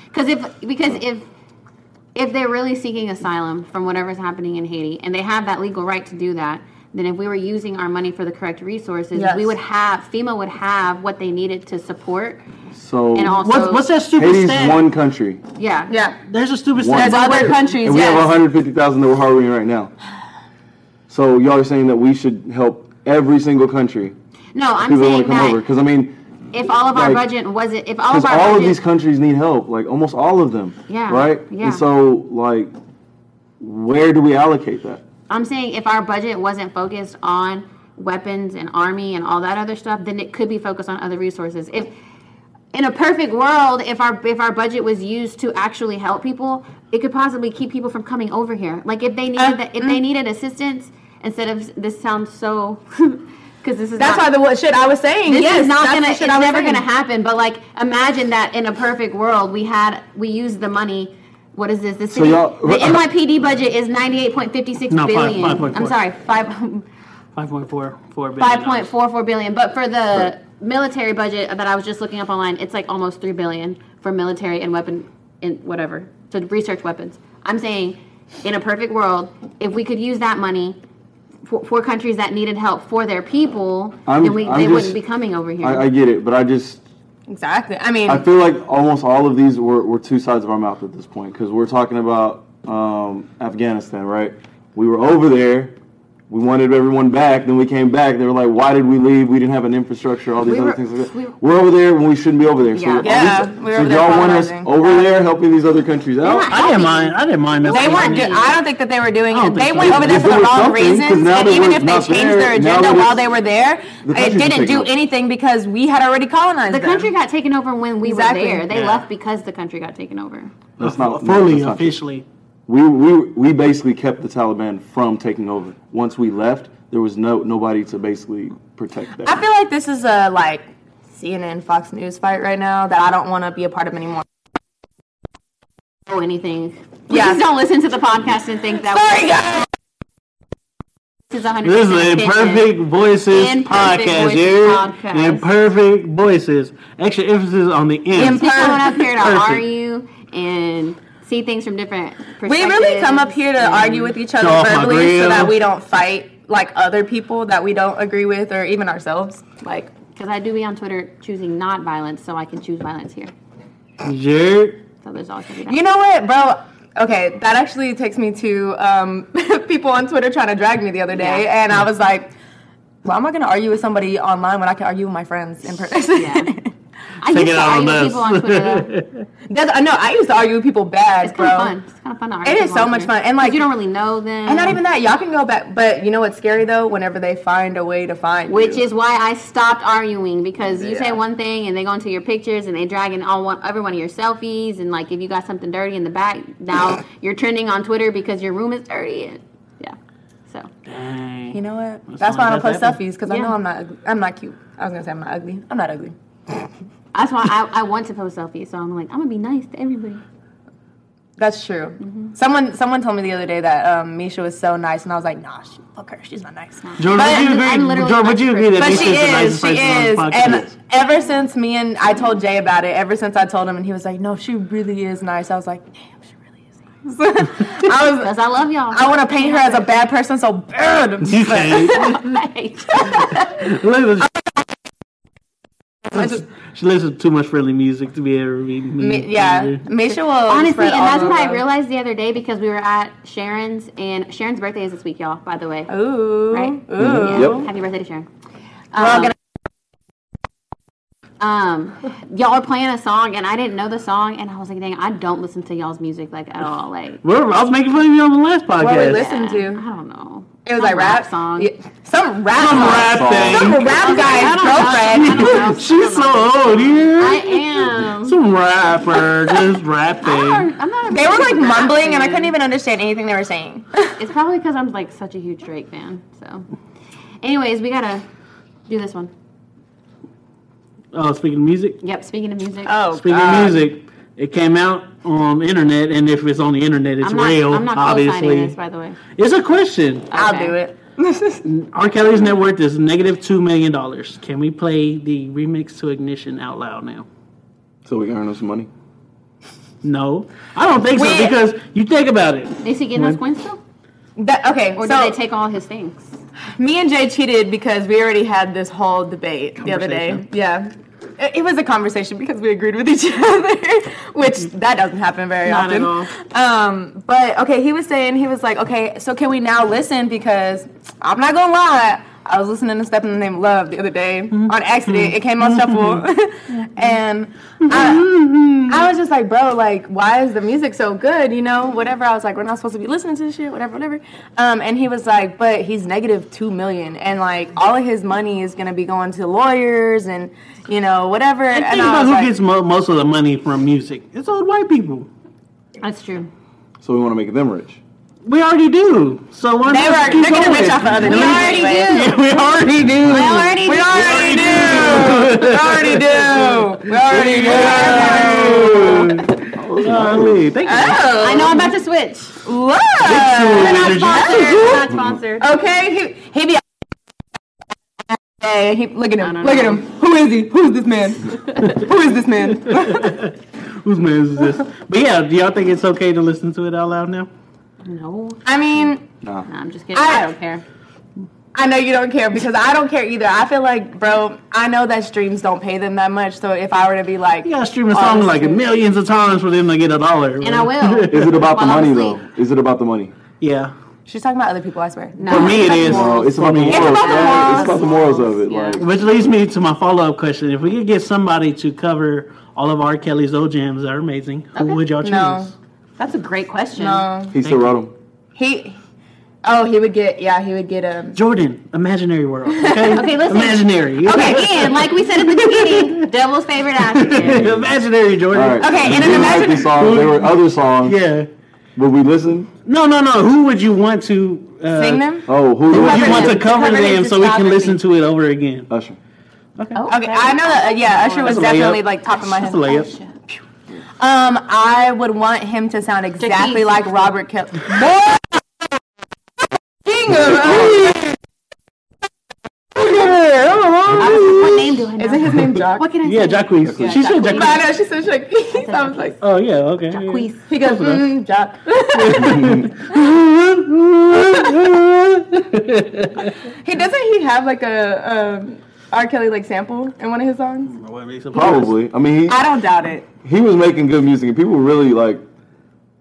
B: Because if because if if they're really seeking asylum from whatever's happening in Haiti and they have that legal right to do that, then if we were using our money for the correct resources,
C: Yes.
B: we would have FEMA would have what they needed to support
D: So
B: and also
A: What's what's that stupid
D: Haiti's
A: stat?
D: one country,
B: yeah
C: yeah.
A: There's a stupid stat.
D: One.
C: There's
A: about
C: other
A: where-
C: countries.
D: and we have
C: yes.
D: 150,000 that we're harboring right now. So y'all are saying that we should help every single country
B: No, I'm
D: people that want
B: saying
D: to come over
B: that
D: because I mean.
B: if all of our
D: like-
B: budget wasn't if all
D: Because
B: of our
D: all
B: budget,
D: of these countries need help, like almost all of them.
B: Yeah,
D: Right?
B: yeah.
D: And so, like, where do we allocate that?
B: I'm saying if our budget wasn't focused on weapons and army and all that other stuff, then it could be focused on other resources. If in a perfect world, if our if our budget was used to actually help people, it could possibly keep people from coming over here. Like if they needed
C: Uh,
B: that, if they needed assistance instead of this sounds so because this is
C: That's why
B: not,
C: the what shit I was saying.
B: this
C: yes,
B: is not
C: that's
B: gonna
C: the
B: it's
C: shit I was
B: never
C: saying.
B: gonna happen. But like imagine that in a perfect world, we had we used the money. What is this? The, city,
D: y'all- uh,
B: the NYPD budget is ninety eight point fifty six
A: No,
B: billion.
A: five- 5.4.
B: I'm sorry, five.
A: Five point four four billion.
B: Five point four four billion, but for the military budget that I was just looking up online, it's like almost three billion for military and weapon and whatever to research weapons. I'm saying, in a perfect world, if we could use that money for, for countries that needed help for their people,
D: I'm-
B: then we,
D: I'm
B: they
D: just-
B: wouldn't be coming over here.
D: I, I get it, but I just,
C: Exactly. I mean,
D: I feel like almost all of these were, were two sides of our mouth at this point because we're talking about um, Afghanistan, right? We were over there. We wanted everyone back. Then we came back. They were like, "Why did we leave? We didn't have an infrastructure. All these
B: We
D: other
B: were-
D: things like that.
B: we-
D: We, are over there when we shouldn't be over there." So,
B: Yeah.
D: all these-
C: Yeah, we were
D: so
C: over there
D: y'all want us
C: colonizing.
D: over there helping these other countries out?
B: not
A: I didn't mind. I didn't mind. that
C: they
A: stuff.
C: weren't. Do- I don't think that they were doing.
A: don't
C: it. They
A: think
C: went
A: so.
C: over there for
D: They're
C: the
D: doing
C: wrong
D: something, 'cause
C: reasons,
D: now
C: and
D: they
C: even
D: were
C: if they
D: not
C: changed
D: there,
C: their
D: now
C: agenda
D: they're
C: while
D: just-
C: they were there,
D: The
C: it
D: country's
C: didn't
D: taking
C: do
D: over.
C: anything because we had already colonized
B: the
C: them.
B: country got taken over when we
C: Exactly.
B: were there. They
A: Yeah.
B: left because the country got taken over.
D: That's not
A: fully
D: that's not true.
A: officially
D: we, we we basically kept the Taliban from taking over. Once we left, there was no nobody to basically protect that.
C: I feel like this is a like CNN Fox News fight right now that I don't want to be a part of anymore.
B: know anything.
C: Oh, Yeah.
B: Please don't listen to the podcast and think that
C: Sorry, guys.
B: this is 100
A: This is Imperfect Voices
B: Imperfect
A: podcast,
B: Voices
A: yeah.
B: podcast.
A: Imperfect Voices. Extra emphasis on the end.
B: People come up here to
A: Perfect.
B: argue and see things from different perspectives.
C: We really come up here to argue with each other
A: Show off my
C: verbally
A: grill.
C: so that we don't fight like other people that we don't agree with or even ourselves. Like,
B: Because I do be on Twitter choosing not violence, so I can choose violence here.
A: Jared,
B: So there's always going to be that.
C: you know what, bro? Okay, that actually takes me to um, people on Twitter trying to drag me the other day,
B: Yeah.
C: and I was like, "Why am I going to argue with somebody online when I can argue with my friends in person?"
B: Yeah. I
A: Take
B: used
A: it
B: to
A: out on
B: argue with
A: us.
B: people on Twitter. Though.
C: That's, I know. I used to argue with people bad,
B: It's
C: bro.
B: kind of fun. It's kind of fun to argue.
C: It is
B: with people
C: so
B: on
C: much
B: Twitter.
C: fun, and, like-
B: 'Cause you don't really know them,
C: And not even that. Y'all can go back, but you know what's scary though? Whenever they find a way to find
B: Which
C: you.
B: is why I stopped arguing because you say
C: Yeah.
B: one thing and they go into your pictures and they drag in all one, every one of your selfies and like if you got something dirty in the back now you're trending on Twitter because your room is dirty and yeah so
C: you know what? That's,
A: fine,
C: why I
A: that's
C: don't post
A: happened.
C: selfies because I
B: Yeah.
C: know I'm not. ug- I'm not cute. I was gonna say I'm not ugly. I'm not ugly.
B: that's why I, I want to post selfies so I'm like I'm gonna be nice to everybody
C: That's true.
B: Mm-hmm.
C: Someone someone told me the other day that um, Misha was so nice, and I was like, Nah, she, fuck her. She's not nice.
A: Jordan,
C: But
A: would you
C: I'm-
A: agree?
B: I'm literally
A: Jordan, would you agree that
C: But
A: Misha's
C: she
A: the
C: is,
A: nicest
C: she
A: person
C: is,
A: on the podcast?
C: and ever since me and I told Jay about it, ever since I told him, and he was like, "No, she really is nice." I was like, "Damn, she really is nice." I was
B: because I love y'all
C: I want to paint her as a bad person so bad.
A: you can't. Look at this. she listens to too much friendly music to be able to be
C: Mi- yeah, Misha will.
B: honestly
C: spread
B: and
C: all
B: that's
C: the
B: what I
C: love.
B: realized the other day because we were at Sharon's and Sharon's birthday is this week y'all by the way
C: Ooh,
B: Right?
C: ooh.
B: Yeah. Happy birthday to Sharon.
C: all
B: Um,
C: gonna-
B: um, y'all were playing a song, and I didn't know the song, and I was like, "Dang, I don't listen to y'all's music like at all." Like,
A: Well, I was making fun of you on the last podcast.
C: What we listened
B: I
C: to?
B: don't know.
C: It was
B: Some
C: like rap,
B: song.
C: Yeah, some rap,
A: Some
C: song.
A: rap thing.
C: some rap
B: I
C: guy's
B: don't know. I
C: girlfriend.
B: don't know.
A: She's so old, yeah.
B: I am.
A: Some rapper just rapping.
B: I'm not a
C: They were like
B: big
C: mumbling, and I
B: fan.
C: couldn't even understand anything they were saying.
B: It's probably because I'm like such a huge Drake fan. So, anyways, we gotta do this one.
A: Oh, speaking of music.
B: Yep. Speaking of music,
C: Oh,
A: Speaking
C: God.
A: of music, it came out on the internet, and if it's on the internet, it's
B: I'm not.
A: real,
B: I'm not co-signing
A: obviously.
B: this, by the way.
A: It's a question.
C: I'll
B: Okay.
C: do it.
A: R. Kelly's net worth is negative $2 million. Can we play the remix to Ignition out loud now?
D: so we can earn us some money.
A: No. I don't think so,
C: Wait.
A: because you think about it.
B: Is he getting those coins still,
C: That- okay,
B: or
C: so
B: did they take all his things?
C: me and Jay cheated because we already had this whole debate the other day.
A: Conversation.
C: Yeah. It it was a conversation because we agreed with each other, which that doesn't happen very
A: Not at
C: often.
A: all.
C: Um, but okay, he was saying he was like, okay, so can we now listen? Because I'm not gonna lie, I was listening to Step in the Name of Love the other day
A: Mm-hmm.
C: on accident. It came on shuffle, and I, I was just like, bro, like, why is the music so good? You know, whatever. I was like, we're not supposed to be listening to this shit, whatever, whatever. Um, and he was like, but he's negative two million, and like all of his money is gonna be going to lawyers and you know whatever.
A: And think
C: I
A: about
C: was
A: who
C: like-
A: gets mo- most of the money from music. It's old white people.
B: That's true.
D: So we want to make them rich.
A: We already do. So why
C: They
A: not just
C: were
A: keep
C: they're getting
A: going?
C: rich off of other
A: We
C: people
A: already
C: anyway.
A: Yeah, we already do.
C: We already do. We already do. We already do.
A: Golly, thank you.
B: I know I'm about to switch.
C: Look.
B: We're not sponsored. We're not sponsored.
C: Okay. He, he be. Hey, he, look at
B: No,
C: him.
B: no,
C: Look at
B: no.
C: him. Who is he? Who is this man? Who is this man?
A: Whose man is this? But yeah, do y'all think it's okay to listen to it out loud now?
B: No,
C: I mean,
D: Nah.
B: I'm just kidding. I,
C: I-
B: don't care.
C: I know you don't care because I don't care either. I feel like, bro, I know that streams don't pay them that much. So if I were to be like, oh,
A: You gotta stream a song like millions of times for them to get a dollar.
B: And I will.
D: Is it about the
B: Well,
D: money
B: honestly-
D: though? Is it about the money?
A: Yeah.
C: she's talking about other people. I swear.
B: No.
A: For me, it
B: that's
A: is.
B: moral.
D: No, it's about the morals.
C: about the
D: yeah. It's about the morals of it.
B: Yeah.
D: Like
A: Which leads me to my follow up question. If we could get somebody to cover all of R. Kelly's old jams that are amazing, who would y'all choose?
C: No.
B: That's a great question.
C: No.
D: he still wrote them.
C: He. Oh, he would get. Yeah, he would get um
A: Jordan, imaginary world. Okay,
B: Okay, listen.
A: Imaginary.
B: Okay, and like we said at the beginning, devil's favorite actor.
A: imaginary Jordan.
D: All right.
C: Okay,
D: He
C: and an
D: didn't like
C: imagine-
D: these songs. There were other songs.
A: Yeah.
D: But we listen.
A: No, no, no. Who would you want to uh,
C: Sing them?
D: Oh, who?
A: Who would you
C: Cover
A: want
C: it.
A: to cover
C: Cover it
A: them so we can
C: discography.
A: listen to it over again?
D: Usher.
B: Oh,
C: Okay, I know that. Uh, yeah, Usher was
A: That's a layup.
C: definitely like top of my
A: That's
C: head.
A: a
C: Um,
A: layup.
C: I would want him to sound exactly
B: Jaquez.
C: like Robert Kelly. Boy, king of-
B: What name do I know?
C: Is it his name Jock?
B: What can I
A: Yeah,
B: say?
A: Jacquees. she said
B: Jacquees.
C: I
A: Jacquees.
C: know she said Jaquez. I was like,
A: Oh yeah, okay. yeah.
B: Jacquees.
C: he goes,
A: enough.
C: mm, Jock. He doesn't. He have like a um, R. Kelly like sample in one of his songs.
D: Probably. I mean,
C: I don't doubt it.
D: he, he was making good music, and people were really like,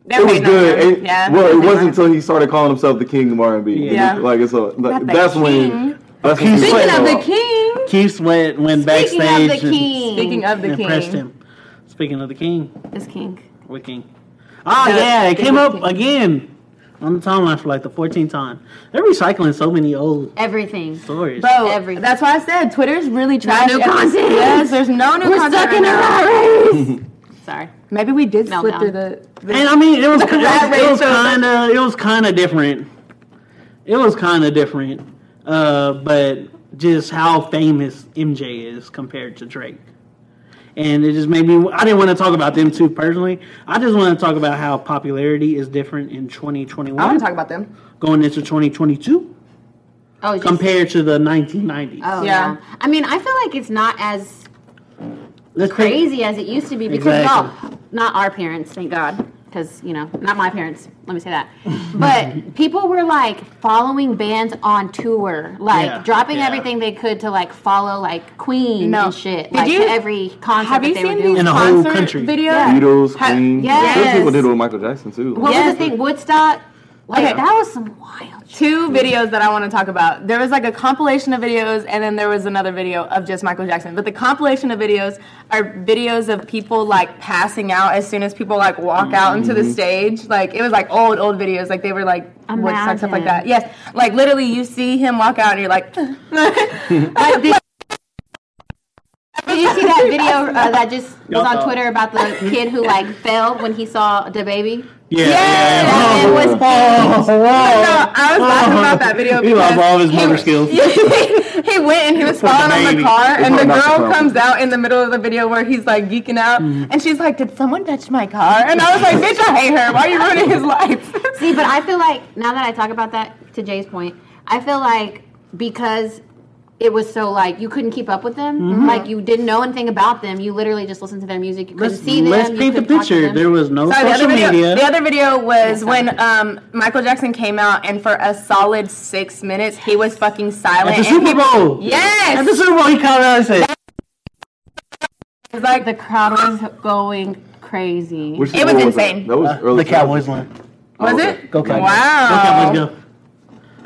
C: They're
D: it was
C: hating on
D: good.
C: him.
D: It- well, it wasn't until he started calling himself the king of R&B.
A: Yeah.
C: Yeah.
D: Like it's a, like,
C: the
D: that's when.
C: king.
D: That's when he
C: Speaking
D: went
C: of the
D: off.
C: king.
A: Keith Sweat went
B: Speaking
A: backstage.
B: of the
A: and-
B: king.
C: Speaking of the
A: and pressed
C: king.
A: him. Speaking of the king,
B: Is king.
A: what king? Ah,
C: The-
A: yeah, it
C: the
A: came up
C: king.
A: again on the timeline for like the 14th time. They're recycling so many old
B: Everything.
A: stories.
C: Bro,
B: Everything.
C: that's why I said Twitter's really trash.
B: new
C: at this-
B: content.
C: Yes, there's no new
B: We're
C: content.
B: stuck
C: right
B: in a
C: now.
B: rat race. Sorry.
C: Maybe we did slip
B: Meltdown.
C: through the. the
A: and I mean, it was it
C: rat
A: was, it
C: race
A: was
C: of-
A: kind of it was kind of different. It was kind of different, uh, but just how famous MJ is compared to Drake, and it just made me. I didn't want to talk about them two personally. I just want to talk about how popularity is different in
C: I want
A: 2021
C: to talk about them.
A: going into 2022
B: Oh, just,
A: compared to the 1990s.
B: Oh,
C: Yeah.
B: yeah. I mean, I feel like it's not as
A: Let's think-
B: crazy as it used to be because
A: Exactly.
B: y'all, not our parents, thank God, because you know, not my parents. Let me say that. But people were like following bands on tour, like
A: Yeah,
B: dropping
A: yeah.
B: everything they could to like follow like Queen
C: No.
B: and shit,
C: Did
B: like to
C: you-
B: every concert
C: Have
B: that
C: you
B: they
C: seen
B: were doing.
C: these
A: In a whole
C: concert
A: country.
C: videos?
D: Beatles,
C: Ha-
D: Queen. Those
B: yes.
D: people did it with Michael Jackson too.
B: What was
C: Yes.
B: the thing? Woodstock. Like
C: Okay.
B: that was some wild. shit.
C: two videos that I want to talk about. There was like a compilation of videos, and then there was another video of just Michael Jackson. But the compilation of videos are videos of people like passing out as soon as people like walk out into the stage. Like it was like old, old videos. Like they were like Woodstock, stuff like that.
B: Imagine.
C: Yes, like literally, you see him walk out, and you're like, like
B: Did you see that video uh, that just was
A: Y'all
B: on
A: thought-
B: Twitter about the kid who like fell when he saw the baby?
A: Yeah,
B: That
A: yeah,
B: man was
C: No, I was laughing about that video
A: He lost
C: because
A: all his motor
B: was-
A: skills.
C: he went and he was falling on the
A: baby.
C: car, and the
D: Not the
C: girl
D: problem.
C: comes out in the middle of the video where he's like geeking out,
A: Mm-hmm.
C: and she's like, "Did someone touch my car?" And I was like, "Bitch, I hate her. Why are you ruining his life?"
B: See, but I feel like now that I talk about that, to Jay's point, I feel like because it was so like you couldn't keep up with them,
A: Mm-hmm.
B: like you didn't know anything about them. You literally just listened to their music. You couldn't
A: Let's,
B: see them.
A: let's
B: you
A: paint the
B: couldn't talk to
A: picture.
B: them.
A: There was no
C: Sorry, the other
A: social
C: video.
A: media.
C: The other video was when um, Michael Jackson came out, and for a solid six minutes, he was fucking silent.
A: At the
C: and
A: Super
C: he-
A: Bowl.
C: Yes.
A: At the Super Bowl, he called out and said,
C: It was like
B: the crowd was going crazy.
D: Which
C: It was
D: what
C: insane.
D: That? that was early.
A: "The Cowboys won."
C: was
D: okay.
C: it?
A: Go Cowboys.
C: Wow.
A: Go Cowboys, go.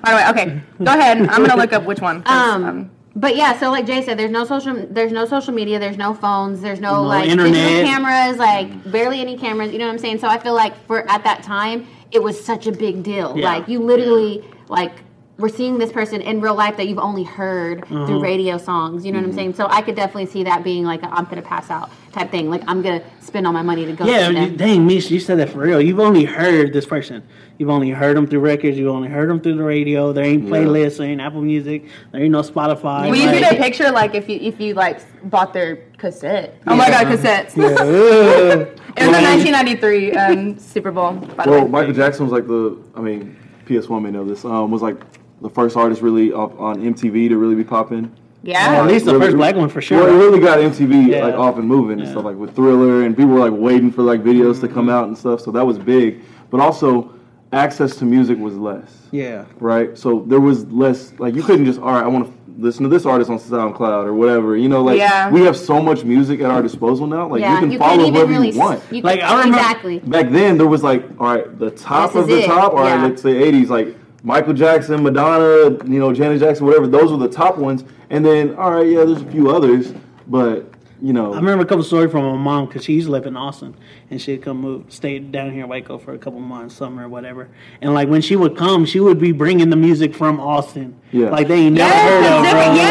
C: By the way, okay, go ahead. I'm gonna look up which one. 'cause,
B: Um, but yeah, so like Jay said, there's no social, there's no social media, there's no phones, there's no,
A: No
B: like
A: internet. Mm.
B: digital cameras, like barely any cameras. You know what I'm saying? So I feel like for at that time, it was such a big deal.
A: Yeah.
B: Like you literally like we're seeing this person in real life that you've only heard
A: Mm-hmm.
B: through radio songs. You know what I'm saying? So I could definitely see that being like a, I'm gonna pass out type thing. Like I'm gonna spend all my money to go.
A: Yeah,
B: see them.
A: you- dang, Misha, you said that for real. You've only heard this person. You've only heard them through records. You've only heard them through the radio. There ain't playlists. There ain't Apple Music. There ain't no Spotify.
C: Will you
A: like-
C: get a picture like if you if you like bought their cassette? Oh my god, cassettes!
A: Ugh.
C: it was the 1993 um, Super Bowl. By the
D: Well,
C: way.
D: Michael Jackson was like the. I mean, PS1 may know this. Um, was like the first artist really up on MTV to really be popping.
C: Yeah.
A: At least the
D: Really-
A: first black one for sure.
D: Well, it really got MTV
A: Yeah.
D: like off and moving and
A: Yeah. Mm-hmm.
D: stuff like with Thriller and people were like waiting for like videos to come out and stuff. So that was big, but also access to music was less.
A: yeah.
D: right? So there was less like you couldn't just all right. I want to listen to this artist on SoundCloud or whatever. You know, like
C: Yeah.
D: we have so much music at our disposal now. Like you
B: yeah,
D: can
B: you can't
D: follow
B: even
D: whoever
B: really.
D: you want.
B: s- You
A: Like,
B: can,
A: I remember-
B: exactly.
D: Back then there was like all right, the top
B: This
D: of the
B: is it,
D: top. All right,
B: yeah.
D: let's say '80s like. Michael Jackson, Madonna, you know, Janet Jackson, whatever, those were the top ones. And then, all right, yeah, there's a few others, but you know,
A: I remember a couple stories from my mom because she used to live in Austin, and she'd come move, stay down here in Waco for a couple months, summer or whatever. And like when she would come, she would be bringing the music from Austin.
D: Yeah.
A: like they ain't never
C: Yes,
A: heard of.
C: exactly,
A: Bro.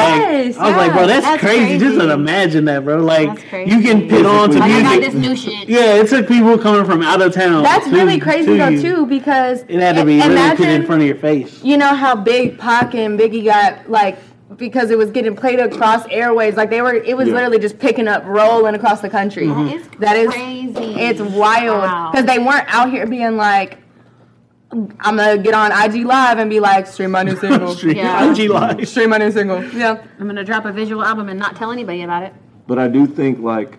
C: yes,
A: like, I was like, bro,
B: yeah,
A: that's,
B: that's
A: crazy. Just
B: crazy.
A: imagine that, bro. Like
B: That's crazy.
A: you can pin on to
D: Like,
B: I got
A: music.
B: this new shit.
A: Yeah, it took people coming from out of town.
C: That's
A: to-
C: really crazy
A: to
C: though
A: you.
C: too because
A: It had to be
C: i-
A: really put in front of your face.
C: you know how big Pac and Biggie got like because it was getting played across airways. Like they were, it was
D: Yeah.
C: literally just picking up, rolling across the country.
A: Mm-hmm.
B: is crazy.
C: It's wild
B: Wow.
C: because they weren't out here being like, "I'm gonna get on IG Live and be like, stream my new single,
A: Street-
B: Yeah.
A: IG Live.
C: stream my new single." Yeah,
B: I'm gonna drop a visual album and not tell anybody about it.
D: but I do think like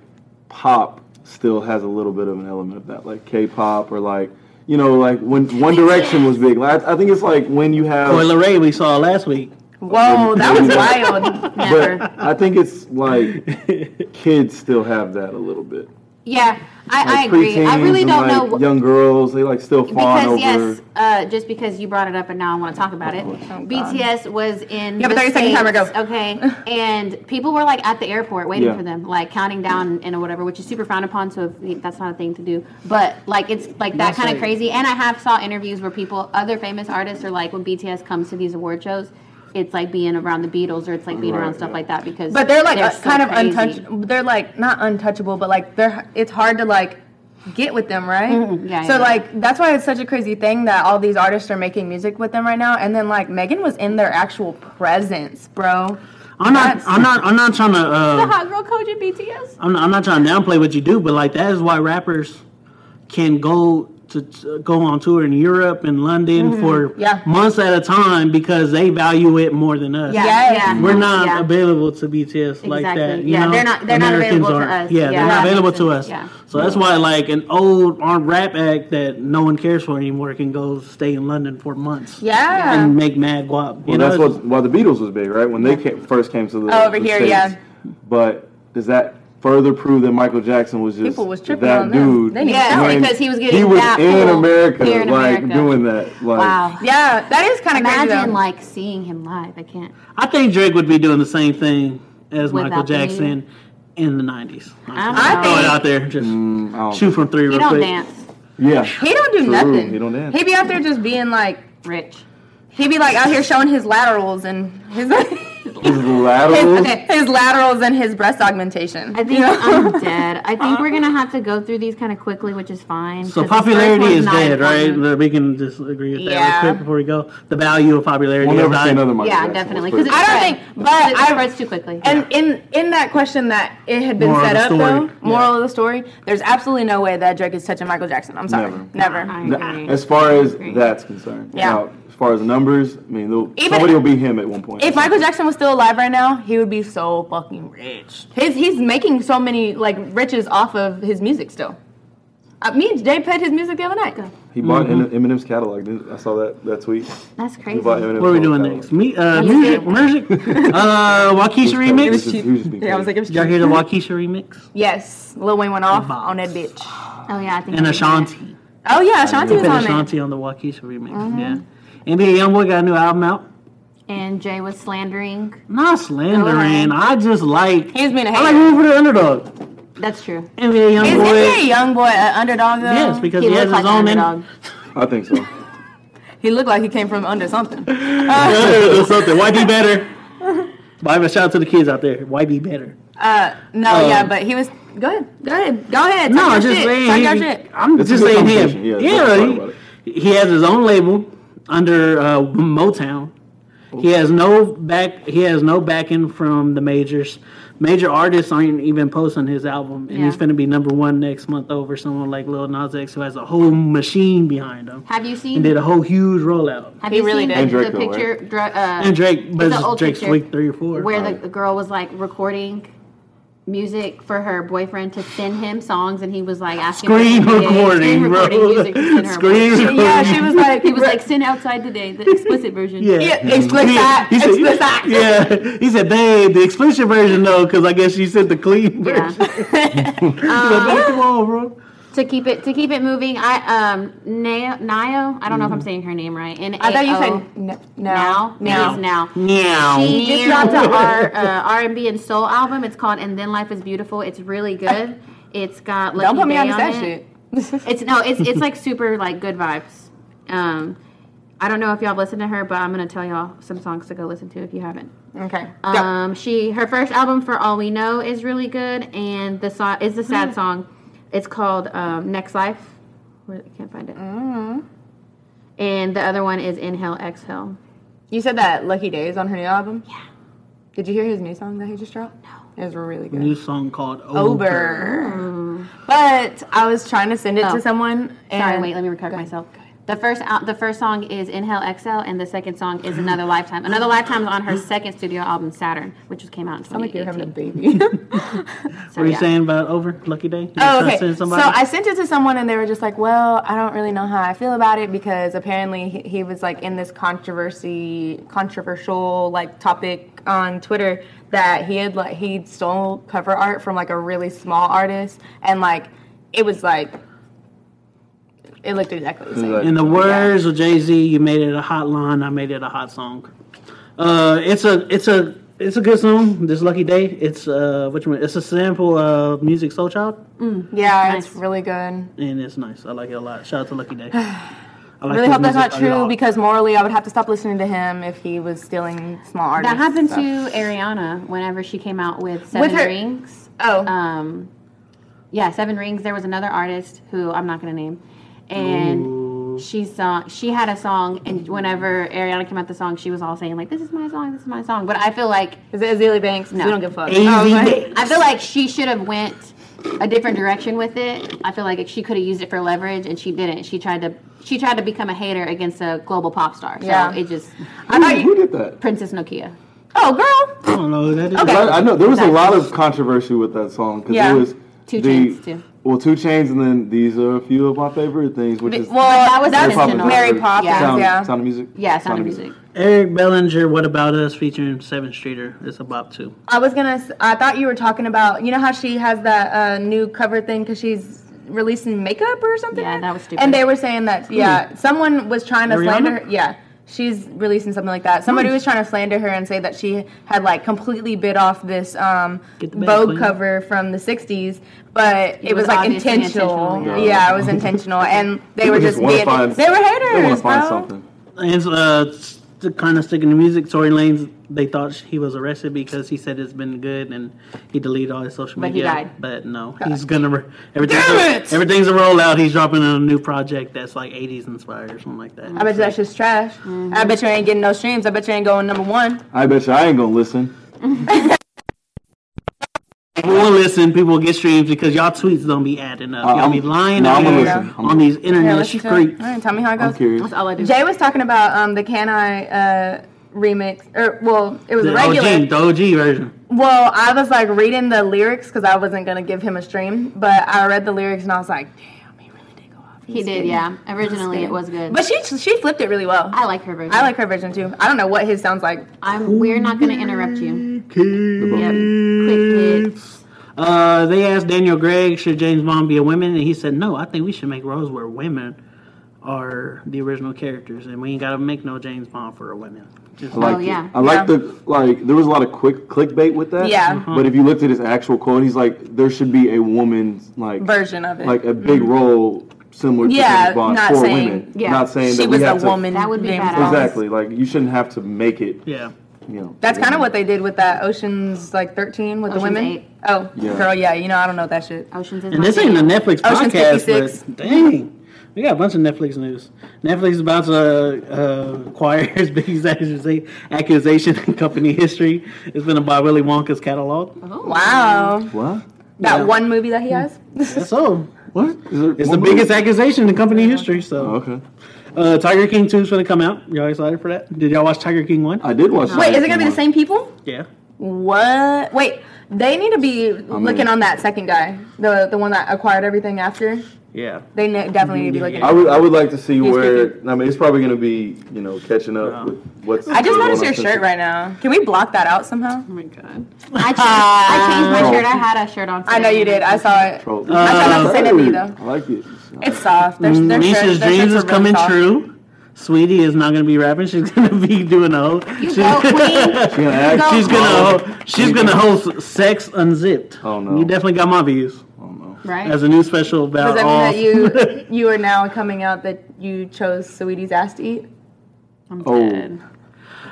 D: pop still has a little bit of an element of that, like K-pop or like you know, like when One Direction was big. Like, I I think it's like when you have
A: Boy Lorray we saw last week.
B: Oh,
C: whoa, that was wild.
B: Never.
D: But I think it's like kids still have that a little bit.
B: yeah, I, I
D: Like
B: agree. I
D: preteens
B: really
D: and,
B: don't
D: like,
B: know. wh-
D: Young girls, they like still fawn
B: because
D: over. Oh,
B: yes, uh, just because you brought it up and now I want to talk about it. BTS was in
C: Yeah, but
B: the
C: 30 second timer, go.
B: States, Okay, and people were like at the airport waiting
D: Yeah.
B: for them, like counting down and whatever, which is super frowned upon. So if, that's not a thing to do. But like it's like that
A: That's
B: kind
A: right.
B: of crazy. And I have saw interviews where people, other famous artists, are like when BTS comes to these award shows. It's like being around the Beatles, or it's like being
D: Right,
B: around stuff
D: yeah.
B: like that because.
C: But they're like uh,
B: so
C: kind of
B: crazy.
C: untouchable. They're like not untouchable, but like they're it's hard to like get with them, right?
B: Mm-hmm. Yeah,
C: So
B: yeah.
C: like that's why it's such a crazy thing that all these artists are making music with them right now. And then like Megan was in their actual presence, bro.
A: I'm not.
C: That's-
A: I'm not. I'm not trying to. Uh,
B: The hot girl coach at BTS.
A: I'm not, I'm not trying to downplay what you do, but like that is why rappers can go to to go on tour in Europe and London for
C: Mm-hmm. Yeah.
A: months at a time because they value it more than us.
B: Yeah,
C: Yes.
B: yeah.
A: We're not
B: yeah.
A: available to BTS like
B: Exactly.
A: that. you
B: Yeah,
A: know?
B: they're not- they're not
A: Americans
B: available to
A: aren't.
B: us.
A: Yeah,
B: Yeah.
A: they're not
B: That
A: available
B: makes
A: to
B: sense.
A: us.
B: Yeah.
A: So that's why like an old r rap act that no one cares for anymore can go stay in London for months.
C: Yeah.
A: And make mad guap. You
D: Well,
A: know,
D: that's
A: it's-
D: what why the Beatles was big, right? When they came, first came to the
C: Oh, over
D: the
C: here,
D: States.
C: yeah.
D: But does that further prove that Michael Jackson was just
C: People was tripping
D: that
C: on them.
D: dude?
C: They need
B: Yeah,
D: when
B: because he was getting
D: he was
B: that
D: in
B: cool
D: America,
B: here in
D: like
B: America.
D: doing that. Like,
B: Wow.
C: Yeah, that is kind of crazy.
B: Imagine
C: though.
B: like seeing him live. I can't.
A: I think Drake would be doing the same thing as Michael
B: Without the music?
A: Jackson in the nineties.
B: don't
A: I
B: know.
A: throw it out there. Just
D: Mm, I don't-
A: shoot from three
B: He
A: real
B: don't
A: quick.
B: dance.
D: Yeah,
C: he don't do
D: True,
C: nothing.
D: he don't dance.
C: He be out there just being like
B: Rich.
C: he be like out here showing his laterals and his.
D: his lateral.
C: His, his laterals and his breast augmentation.
B: I think I'm dead. I think we're gonna have to go through these kind of quickly, which is fine.
A: So
B: 'cause this
A: popularity
B: first one's
A: is
B: not
A: dead, right?
B: important.
A: We can just agree with that
C: Yeah.
A: real quick before we go. The value of popularity
D: We'll
A: is
D: never
A: not-
D: see another Michael
B: Yeah,
D: Jackson.
B: definitely.
D: Let's
B: Because
D: put it-
C: I don't think- but
B: it
C: I-
B: spreads too quickly.
C: And in in that question that it had been
A: Moral of
C: set
A: the
C: up
A: story.
C: though,
A: Yeah.
C: moral of the story, there's absolutely no way that Drake is touching Michael Jackson. I'm sorry, never.
B: I
D: Th-
B: agree.
D: As far as
B: agree.
D: that's concerned,
C: Yeah.
D: Now, as far as numbers, I mean, they'll-
C: Even-
D: somebody will beat him at one point.
C: If Michael Jackson was still alive right now, he would be so fucking rich. His he's making so many like riches off of his music still. Uh, me and Jay played his music the other night.
D: he bought
A: Mm-hmm.
D: Eminem's catalog. didn't- I saw that that tweet.
B: That's
D: He bought
B: crazy.
D: Eminem's
A: What are we
D: whole
A: doing
D: catalog.
A: next? Me, uh,
B: Let's
A: music,
B: see.
A: music. Uh, Waukesha
D: He was
A: remix.
D: just- he was just being
C: Yeah, I was like,
D: crazy.
C: it was
A: Y'all
C: cheap.
A: hear the Waukesha remix?
C: Yes, Lil Wayne went off
A: Box.
C: on that bitch.
B: Oh yeah, I think.
A: And
B: I remember
A: Ashanti.
C: Oh yeah, Ashanti was
A: Put
C: on it. Mm-hmm.
A: Ashanti on the Waukesha remix. Yeah. NBA YoungBoy got a new album out.
B: that. And Jay was slandering.
A: Not slandering.
B: Go ahead.
A: I just like.
C: He's being a
A: I like
C: hater.
A: rooting for the underdog.
B: That's true.
A: NBA
C: Is
A: YoungBoy.
C: NBA young boy an underdog though?
A: Yes, because
B: He
A: he, has
B: looked
A: his
B: like
A: own. in-
B: an underdog.
D: I think so.
C: he looked like he came from under something.
A: or something. Why be better? But I have a shout out to the kids out there. Why be better?
C: Uh, no,
A: Um,
C: yeah, but he was. Go ahead, go ahead, go ahead.
A: No,
C: Talk
A: I'm
C: your
A: just
C: shit. Talk your
A: saying. he-
C: shit.
A: I'm
D: It's a
A: just
D: good
A: saying
D: conversation.
A: him.
D: Yeah,
A: Yeah,
D: let's talk about
A: he, he has his own label under uh, Motown. He has no back. He has no backing from the majors. Major artists aren't even posting his album, and he's
B: Yeah.
A: going to be number one next month over someone like Lil Nas X, who has a whole machine behind him
B: Have you
A: and did
B: seen?
A: a whole huge rollout.
B: Have
C: He
B: you
C: really
B: seen
C: did.
D: And
B: the,
D: Drake,
B: the
D: though, right?
B: picture? Dra- uh,
A: And Drake, but
B: It's an
A: it's
B: old
A: Drake's
B: picture
A: week three or four.
B: where the, the girl was like recording music for her boyfriend to send him songs, and he was like asking her
A: Screen
B: to do it.
A: recording,
B: screen
A: bro.
B: recording music to send her
A: Screen
B: boyfriend.
A: recording.
C: Yeah, she was like.
B: He was like, "Send outside today the explicit version."
C: Yeah, explicit,
A: He said,
C: explicit.
A: Yeah, he said, babe, the explicit version though, because I guess she said the clean version.
B: Yeah.
A: He said, "Babe, come on, bro.
B: to keep it to keep it moving. I um Nao, Nao I don't know if I'm saying her name right. And
C: I thought you said no, Oh. no,
B: now. Maybe it's now.
A: Meow.
B: She just dropped a R uh, R and B and soul album. It's called "And Then Life Is Beautiful." It's really good. It's got Lucky
C: Don't put me
B: Day
C: on to that
B: it.
C: shit.
B: It's no, it's it's like super like good vibes. Um, I don't know if y'all listened to her, but I'm gonna tell y'all some songs to go listen to if you haven't.
C: okay. Go.
B: Um, she her first album for all we know is really good, and the song is the sad song. It's called um, Next Life. Where, I can't find it. And the other one is Inhale Exhale.
C: You said that Lucky Days on her new album? Yeah. Did you hear his new song that he just dropped? No. It was really good.
A: New song called Over.
C: Over. But I was trying to send it
B: Oh.
C: to someone. And
B: Sorry, wait, let me recover
C: Go ahead.
B: myself. The first out, the first song is Inhale Exhale, and the second song is Another Lifetime. Another Lifetime is on her second studio album Saturn, which just came out in
C: Sound like you're having a
B: 2018.
C: baby.
B: So,
A: What are you
B: yeah.
A: saying about Over? Lucky Day? You trying
C: oh,
A: to
C: okay.
A: send
C: So
A: somebody?
C: I sent it to someone, and they were just like, "Well, I don't really know how I feel about it because apparently he, he was like in this controversy, controversial like topic on Twitter that he had like he stole cover art from like a really small artist, and like it was like it looked exactly the same."
D: Like,
A: In the words of Jay Z, you made it a hot line. I made it a hot song. Uh, it's a it's a it's a good song. This lucky day. It's uh, what you mean? It's a sample of music Soul Child,
C: Yeah, it's
B: Nice.
C: really good.
A: and it's nice. I like it a lot. Shout out to Lucky Day. I like
C: Really
A: his
C: hope that's
A: music
C: not
A: a
C: true
A: lot.
C: because morally, I would have to stop listening to him if he was stealing small artists.
B: That happened
C: so.
B: to Ariana whenever she came out with Seven
C: her-
B: Rings.
C: Oh,
B: Um, yeah, Seven Rings. There was another artist who I'm not gonna name, and she song she had a song, and whenever Ariana came out the song, she was all saying like, "This is my song, this is my song." But I feel like
C: is it Azealia Banks? 'Cause
B: No.
C: We don't give a fuck. Oh,
A: Easy
C: I was like-
A: day.
B: I feel like she should have went a different direction with it. I feel like she could have used it for leverage, and she didn't. She tried to she tried to become a hater against a global pop star. So
C: Yeah.
B: it just
C: I thought you-
D: Who did that?
B: Princess Nokia.
C: oh, girl.
A: I don't know who that is.
D: I, I know there was a lot of controversy with that song because
C: Yeah.
D: it was
B: Two
D: the-
B: Chainz, too.
D: Well, two chains, and then these are a few of my favorite things, which is
C: Well,
B: that was
C: that's
D: Mary Poppins.
C: Mary Poppins.
B: Yeah.
D: sound,
C: Yeah.
D: sound of music.
B: Yeah, Sound of Music.
A: Eric Bellinger. What about us? Featuring Seventh Streeter. It's a bop too.
C: I was gonna. s- I thought you were talking about. You know how she has that uh, new cover thing because she's releasing makeup or something.
B: Yeah, that was stupid.
C: And they were saying
D: Hmm.
C: that. Yeah, someone was trying to
A: Ariana?
C: slander. her. Yeah. She's releasing something like that.
D: Hmm.
C: Somebody was trying to slander her and say that she had like completely bit off this um,
A: Get the bag,
C: Vogue
A: queen.
C: cover from the '60s, but it,
B: was
C: was, like
B: obviously
C: intentional.
B: intentional,
D: yeah.
C: yeah. it was intentional, and they were
D: People
C: just
D: just wanna
C: being,
D: find-
C: they were haters.
D: They want to find
C: bro.
D: something.
A: And uh, kind of sticking to music. Tory Lanez. They thought he was arrested because he said it's been good, and he deleted all his social
B: But he
A: media.
B: died.
A: But no, he's gonna re- everything's
C: Damn
A: a,
C: it!
A: everything's a rollout. He's dropping a new project that's like '80s inspired or something like that.
C: I bet you that shit's trash. I bet you ain't getting no streams. I bet you ain't going number one.
D: Mm-hmm. I bet you I ain't gonna listen.
A: People will listen. People will get streams because y'all tweets don't be adding up.
D: Uh,
A: y'all
D: I'm-
A: be lying
D: no,
A: out
D: I'm gonna
A: here
D: listen. I'm
A: on
D: gonna-
A: these
C: Here,
A: internet
C: listen to it.
A: streets.
C: All right, tell me how it
D: I'm
C: goes.
D: curious.
B: That's all I do.
C: Jay was talking about um, the Can I uh, remix, or well, it was
A: The
C: a regular.
A: OG, Oh, the OG version.
C: Well, I was like reading the lyrics because I wasn't gonna give him a stream, but I read the lyrics and I was like, damn, he really did go off.
B: He did, yeah. Originally, it was good.
C: But she she flipped it really well.
B: I like her version.
C: I like her version too. I don't know what his sounds like.
B: I'm. We're not going to interrupt you. Yep. Quick hit.
A: Uh, they asked Daniel Gregg, should James Bond be a woman? And he said, no, I think we should make roles where women are the original characters. And we ain't got to make no James Bond for a woman. Just
D: I like
B: Oh,
D: it.
B: yeah.
D: I like
C: Yeah.
D: the like. There was a lot of quick clickbait with that.
C: Yeah. Mhm.
D: But if you looked at his actual quote, he's like, there should be a woman's like
C: Version of it. Mm-hmm.
D: like a big role similar
C: Yeah,
D: to James Bond
C: not
D: for
C: saying-
D: women.
B: yeah.
D: Not saying
C: She
D: that
C: was
D: we
C: a
D: have to,
C: woman.
B: That would be
C: named
B: badass.
C: Bond.
D: Exactly. Like you shouldn't have to make it.
A: yeah.
D: You know.
C: That's kind of what they did with that Ocean's like 13 with
B: Ocean's
C: the women.
B: Eight.
C: Oh,
D: Yeah.
C: girl, yeah, you know I don't know that shit.
B: Oceans is
A: And
B: my
A: this ain't a
B: jam.
A: Netflix
C: Ocean's
A: podcast,
C: 56.
A: but dang. We got a bunch of Netflix news. Netflix is about to uh, acquire its biggest accusa- accusation in company history. It's been about Willy Wonka's catalog.
B: Oh.
C: Wow,
D: What?
C: that
A: Yeah.
C: one movie that he has.
A: That's all.
D: What? Is there
A: It's
D: one
A: the
D: more?
A: biggest accusation in company history. So
D: Oh, okay.
A: Uh, Tiger King 2 is going to come out. Y'all excited for that? Did y'all watch Tiger King 1?
D: I did watch.
C: Wait,
D: Tiger
C: is it gonna be
D: King
C: the same people?
A: yeah.
C: What? Wait, they need to be looking
D: in.
C: on that second guy, the the one that acquired everything after.
A: Yeah.
C: They ne- definitely need to be looking.
D: I would I would like to see
C: He's
D: where I mean it's probably gonna be you know catching up with what's.
C: I just
D: going
C: noticed
D: on
C: your
D: since-
C: shirt right now. Can we block that out somehow?
E: Oh my god.
B: I changed, I changed my shirt. I had a shirt on.
C: I know you did. I saw it.
D: Bro,
C: I saw that sent it me though.
D: I like it.
C: It's soft. Their, their
A: Mm, Misha's
C: shirts, their
A: dreams is
C: shirts are really
A: coming
C: soft.
A: true. Sweetie is not gonna be rapping. She's gonna be doing a whole.
B: You go, queen.
D: She's gonna act.
A: She's gonna she's gonna host Sex Unzipped.
D: Oh, no.
A: You definitely got my views
B: Right.
A: as a new special about
C: Does that
A: all.
C: mean that you you are now coming out that you chose Sweetie's ass to eat?
D: Oh,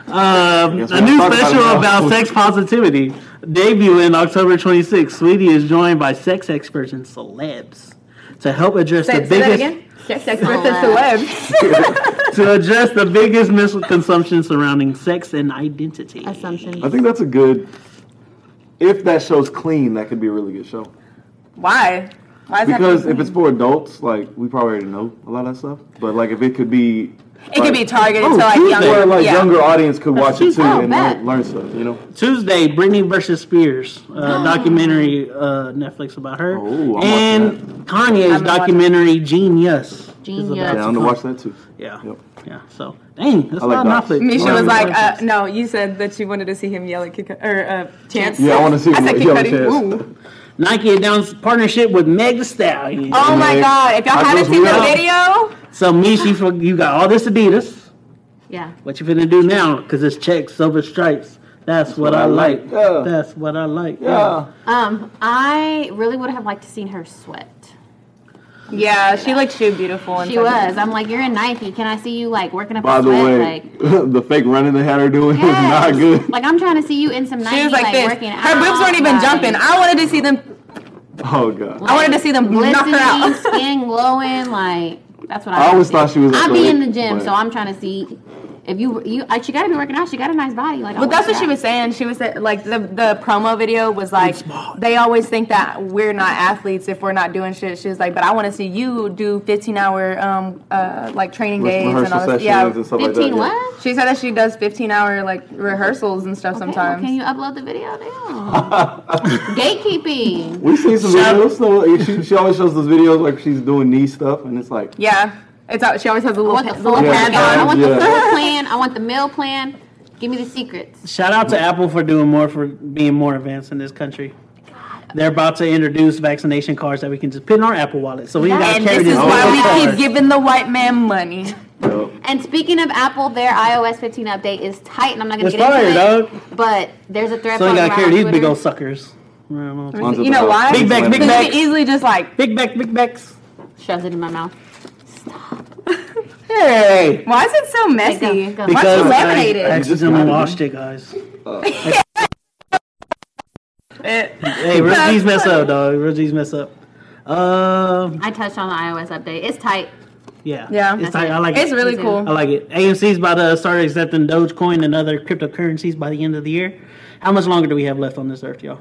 A: Um,
D: Guess
A: a
D: we're
A: new
D: not talking
A: special
D: about it now.
A: about sex positivity debut in October 26th. Sweetie is joined by sex experts and celebs to help address
C: Say,
A: the
C: say that
A: biggest
C: again. Sex
D: Oh,
C: experts and celebs.
A: to address the biggest misconception surrounding sex and identity.
B: Assumption.
D: I think that's a good. If that show's clean, that could be a really good show.
C: Why? Why is
D: Because
C: that?
D: if it's for adults, like we probably already know a lot of that stuff. But like if it could be,
C: it could be targeted
A: Oh,
C: to like
A: Tuesday.
C: younger,
D: or like
C: yeah.
D: younger audience could watch it too
B: Oh,
D: and
B: bet.
D: learn, learn stuff. You know,
A: Tuesday, Britney versus Spears
C: Oh.
A: uh, documentary uh, Netflix about her,
D: Oh, I'm
A: and
D: watching
A: Kanye's
C: watching-
A: documentary Genius. is about
B: Genius.
A: to
D: yeah, I'm
A: come.
D: gonna watch that too.
A: Yeah,
D: Yep.
A: yeah. So, dang, that's
D: I like
A: not
D: docs.
A: Netflix.
C: Misha was
D: Learn
C: like, uh,
D: stuff.
C: no, you said that you wanted to see him yell at Kid Cudi- or uh, Chance.
D: Yeah, I wanna see
C: I
D: him
C: said Kid
D: yell at
C: Cudi.
D: Chance.
C: Ooh.
A: Nike announced partnership with Meg Thee Stallion.
C: Oh my
D: Meg,
C: God! If y'all
D: I
C: haven't
D: just
C: seen the
D: will.
C: video,
A: So Mishi, for- you got all this Adidas.
B: Yeah.
A: What you finna do now? Cause it's checks, silver stripes. That's, what, I like.
D: Yeah.
A: That's what I like.
D: Yeah,
B: Um, I really would have liked to seen her sweat.
C: yeah, she looked too beautiful. And
B: She was. I'm like, you're in Nike. Can I see you like working up
D: By
B: a
D: the
B: sweat?
D: way,
B: like,
D: the fake running they had her doing
B: yes.
D: was not good.
B: Like I'm trying to see you in some Nike
C: She was like, this.
B: working out.
C: Her boobs weren't even
B: like,
C: jumping. I wanted to see them.
D: Oh god.
C: I wanted to see them knock her
B: glistening,
C: out.
B: skin glowing. Like that's what I.
D: I always
B: wanna see.
D: thought she was
B: I be in the
D: athletic,
B: gym,
D: but-
B: so I'm trying to see if you you. Like, she got to be working out. She got a nice body. Like, oh I
C: But that's
B: want
C: what she
B: that.
C: was saying. She was saying, like the the promo video was like they always think that we're not athletes if we're not doing shit. She was like, but I want to see you do 15 hour um uh like training
D: Re-
C: days and
D: rehearsal
C: all this.
D: sessions
C: Yeah,
D: and stuff like that.
B: Fifteen
D: yeah.
B: what?
C: she said that she does 15 hour like rehearsals and stuff
B: Okay, well,
C: sometimes.
B: can you upload the video now? Gatekeeping.
D: We seen some
A: Shout-
D: videos. So she, she always shows those videos like she's doing knee stuff, and it's like
C: yeah, it's out. She always has a
B: I
C: little,
B: want the
C: pa-
B: full
C: little
D: Yeah,
B: package.
C: pad
D: yeah.
B: I
C: on.
B: want the
D: Yeah.
B: full plan. I want the meal plan. Give me the secrets.
A: Shout out to Apple for doing more for being more advanced in this country. They're about to introduce vaccination cards that we can just put in our Apple wallet, so we ain't gotta
C: And
A: carry
C: this is
A: this.
D: whole
C: why we
A: card.
C: keep giving the white man money.
D: you know,
B: And speaking of Apple, their iOS 15 update is tight, and I'm not gonna
A: It's
B: get into
A: fire,
B: it.
A: dog.
B: But there's a thread
A: So we
B: floating
A: gotta carry these
B: around
A: big
B: Twitter.
A: old suckers. Big
D: onto
C: You
D: the-
C: know why?
A: Big back, big
C: Because
A: back.
C: you could easily just like
A: back, big backs.
B: Shoves it in my mouth.
A: Hey,
C: why is it so messy?
B: Go, go.
C: Why
A: because
C: don't you
A: I
C: laminate it?
A: accidentally washed it, guys.
C: Eh.
A: Hey, real G's mess up, dog. Real G's mess up. Um,
B: I touched on the iOS update. It's tight.
A: yeah,
C: Yeah.
A: It's tight. I like
C: It's
A: it.
C: really
B: Me too.
C: cool.
A: I like it. AMC's about to start accepting Dogecoin and other cryptocurrencies by the end of the year. How much longer do we have left on this earth, y'all?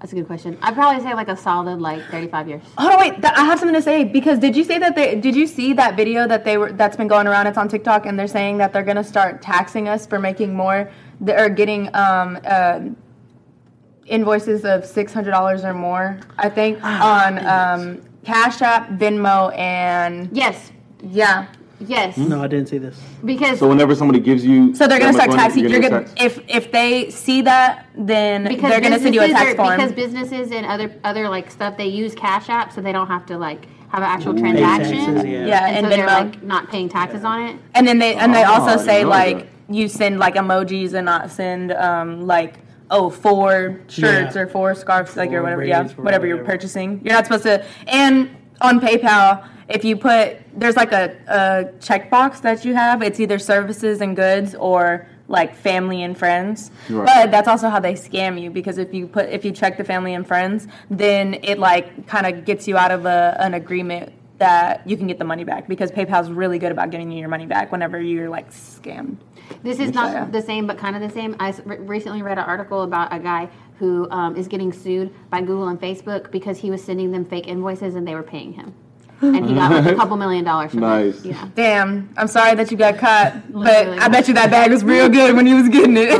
B: That's a good question. I'd probably say like a solid like 35 years.
C: Hold on, Oh, wait. Th- I have something to say because did you say that they did you see that video that they were that's been going around? It's on TikTok and they're saying that they're gonna start taxing us for making more th- or getting um, uh, invoices of six hundred dollars or more. I think
B: Ah,
C: on um, Cash App, Venmo, and
B: Yes.
C: yeah.
B: Yes.
A: No, I didn't see this.
B: Because
D: So whenever somebody gives you,
C: So they're gonna
D: that much
C: start
D: money,
C: taxing. You're
D: get
C: gonna
D: taxed.
C: if if they see that, then
B: because
C: they're gonna send you a
B: businesses
C: tax
B: are-
C: form.
B: Because businesses and other other like stuff they use Cash App, so they don't have to like have an actual
A: Pay
B: transaction.
A: taxes, yeah.
C: yeah,
B: And,
C: and,
B: so
C: Venmo.
B: they're like not paying taxes on it.
C: And then they and they
D: Oh, I
C: also
D: didn't
C: say
D: know
C: like
D: that.
C: you send like emojis and not send um like oh four shirts
A: Yeah.
C: or four scarves like
A: Four
C: or whatever yeah
A: braids or
C: whatever, you're
A: whatever.
C: purchasing. You're not supposed to and on PayPal if you put there's like a, a checkbox that you have it's either services and goods or like family and friends
D: Right.
C: but that's also how they scam you because if you put if you check the family and friends then it like kind of gets you out of a, an agreement that you can get the money back because PayPal's really good about giving you your money back whenever you're like scammed.
B: This is not the same, but kind of the same. I s- re- recently read an article about a guy who um, is getting sued by Google and Facebook because he was sending them fake invoices and they were paying him. and he got like a couple million dollars from
D: Nice.
B: it. Yeah.
C: Damn, I'm sorry that you got caught, but
B: Literally.
C: I bet you that bag was real good when you was getting it.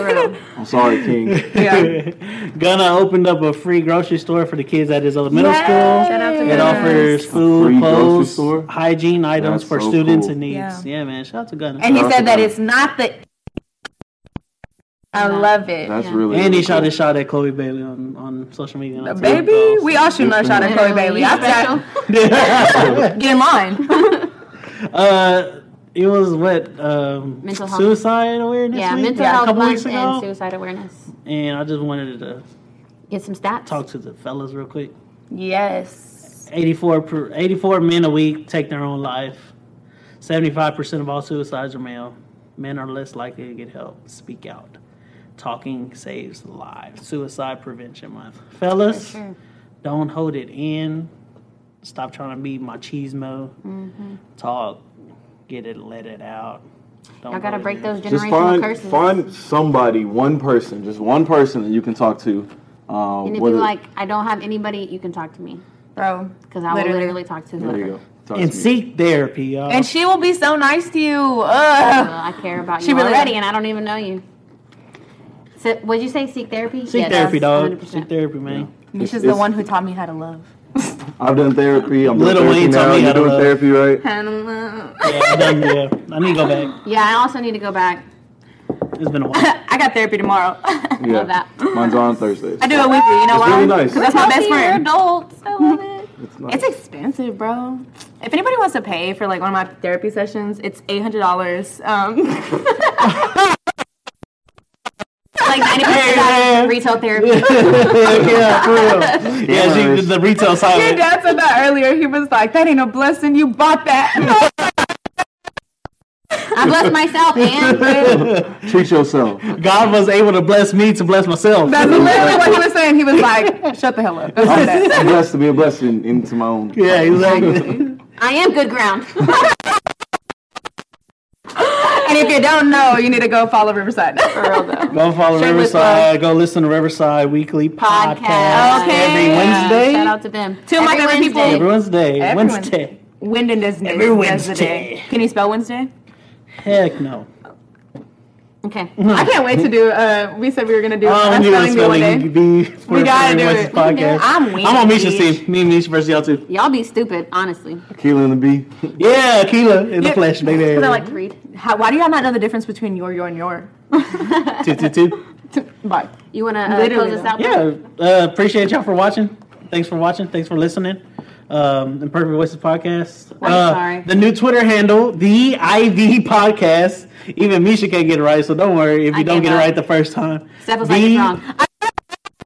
D: I'm sorry, King.
C: yeah.
A: Gunna opened up a free grocery store for the kids at his old middle
C: Yay!
A: school.
C: Shout out to
A: It
C: Yes.
A: offers
D: free
A: food,
D: grocery
A: clothes,
D: store?
A: hygiene items
D: That's
A: for
D: so
A: students
D: cool.
A: in needs. Yeah.
C: Yeah.
A: man. Shout out to Gunna.
C: And he
D: That's
C: said that
D: good.
C: it's not the. I love it.
D: That's
B: Yeah.
D: really.
A: And he
D: really
A: shot
D: cool.
A: his shot at Chloe Bailey on, on social media. and on
C: Baby,
A: Twitter.
C: we all should not shot at Chloe Bailey. I
B: Special.
C: said, get in line.
A: Uh, it was what um,
B: Mental health.
A: suicide awareness
B: Yeah,
A: week?
B: mental
A: a
B: health
A: couple weeks
B: month
A: ago.
B: and suicide awareness.
A: and I just wanted to
B: Get some stats.
A: talk to the fellas real quick.
C: Yes.
A: 84, per, 84 men a week take their own life. 75% of all suicides are male. Men are less likely to get help. Speak out. Talking saves lives. Suicide Prevention Month. Fellas,
B: sure.
A: don't hold it in. Stop trying to be machismo.
B: Mm-hmm.
A: Talk. Get it, let it out. Don't
B: Y'all gotta
A: hold it
B: break
A: in.
B: those
D: Just
B: generational
D: find
B: curses.
D: find somebody, one person, just one person that you can talk to. Um,
B: And if
D: whether-
B: you like, I don't have anybody, you can talk to me
C: Bro.
B: because I will
C: Literally.
B: literally, talk to
D: there
B: whoever.
D: you go. Talk
A: And
D: to me.
A: seek therapy, y'all.
C: And she will be so nice to you.
B: Uh,
C: Ugh.
B: I care about
C: She
B: you
C: really-
B: already, and I don't even know you. So, would you say seek therapy?
A: seek
B: Yes,
A: therapy, dog.
B: 100%.
A: Seek therapy, man.
C: She's the
D: It's-
C: one who taught me how to love.
D: I've done therapy. I'm
A: Little
D: doing
A: Wayne
D: therapy
A: told
D: now.
A: me how
D: You're
A: to love.
D: doing therapy, right?
C: How to love.
A: Yeah, I'm done, yeah. I need to go back.
B: Yeah, I also need to go back.
A: It's been a while.
C: I got therapy tomorrow.
D: Yeah.
B: Love that.
D: Mine's on Thursdays.
C: I do it weekly. You know
D: It's
C: why?
D: really nice.
C: 'Cause that's my best
B: Healthier
C: friend.
B: adults. I love it.
D: It's nice.
C: It's expensive, bro. If anybody wants to pay for like one of my therapy sessions, it's eight hundred dollars. Um,
B: Like 90% of that is retail therapy.
A: yeah, for real. Yeah, she,
D: Scammers.
A: the retail side.
C: your
A: of it.
C: dad said that earlier. He was like, "That ain't a blessing. You bought that."
B: I bless myself and
D: Treat yourself.
A: God was able to bless me to bless myself.
C: That's literally what he was saying. He was like, "Shut the hell up." Don't say that.
D: I'm blessed to be a blessing into my own.
A: yeah, exactly.
B: I am good ground.
C: And if you don't know, you need to go follow Riverside.
A: Go follow
C: Shameless
A: Riverside. Go listen to Riverside Weekly Podcast, Oh,
B: Podcast.
A: every
C: Okay.
A: Wednesday.
B: Shout out to them.
C: Two of my
B: Every
C: favorite people.
B: Wednesday.
A: Every Wednesday.
C: Every
A: Wednesday.
C: Wind and Disney.
A: Every
C: That's the
A: Wednesday.
C: day. Can you spell Wednesday?
A: Heck no.
B: Okay.
C: I can't wait to do. Uh, we said we were gonna do.
A: Oh,
C: a
A: we need a
C: spelling bee one
A: spelling
C: day.
A: bee for
C: We gotta
A: Furry
C: do
A: Voices
C: it.
A: podcast.
C: I'm weak,
A: I'm on Misha's
C: bitch.
A: team. Me and Misha versus y'all too.
B: Y'all be stupid, honestly.
D: Keelan the bee.
A: Yeah, Keela in the flesh. They there.
B: Because I like to read.
C: How, why do y'all not know the difference between your, your, and your?
A: Two, two, two.
C: Bye.
B: You want to uh,
C: Literally,
B: close this
C: though.
B: out?
A: yeah, uh, appreciate y'all for watching. Thanks for watching. Thanks for listening. Um, Imperfect Voices podcast.
B: I'm
A: Uh,
B: sorry.
A: The new Twitter handle, the IV podcast. Even Misha can't get it right, so don't worry if you
B: I
A: don't
B: gave
A: get it
B: up.
A: right the first time.
B: Steph was
A: the,
B: like, it's wrong.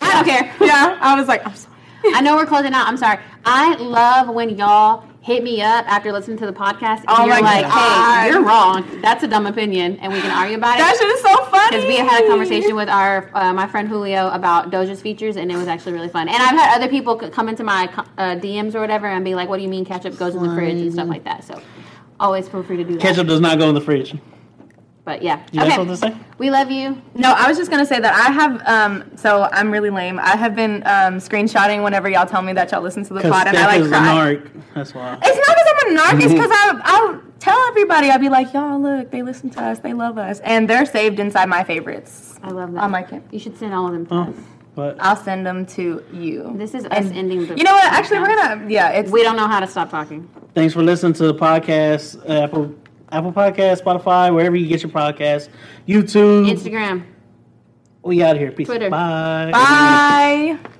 C: I don't care. Yeah, I was like, I'm sorry.
B: I know we're closing out. I'm sorry. I love when y'all hit me up after listening to the podcast and
C: Oh
B: you're
C: my
B: like,
C: God.
B: "Hey, you're wrong. That's a dumb opinion," and we can argue about
C: That
B: it.
C: shit is so funny.
B: Because we had a conversation with our uh, my friend Julio about Doja's features, and it was actually really fun. And I've had other people c- come into my co- uh, DMs or whatever and be like, "What do you mean ketchup goes in the fridge and stuff like that?" So always feel free to do that.
A: Ketchup does not go in the fridge. You
B: But yeah,
A: have
B: okay.
A: something to say?
B: We love you.
C: No, I was just gonna say that I have. Um, so I'm really lame. I have been um, screenshotting whenever y'all tell me that y'all listen to the
A: Because
C: pod,
A: Steph
C: and I
A: is
C: like
A: a
C: cry.
A: narc. That's why.
C: It's not because I'm a narc. It's because I I tell everybody I'd be like, y'all look, they listen to us, they love us, and they're saved inside my favorites.
B: I love that.
C: I like it.
B: You should send all of them to
A: Oh,
B: us.
A: but
C: I'll send them to you.
B: This is us
C: And-
B: ending the.
C: You know what? Actually, we're gonna. Yeah, it's.
B: We don't know how to stop talking.
A: thanks for listening to the podcast. Uh, Apple Apple Podcast, Spotify, wherever you get your podcast, YouTube.
B: Instagram.
A: We out here. Peace.
B: Twitter.
A: Bye.
C: Bye.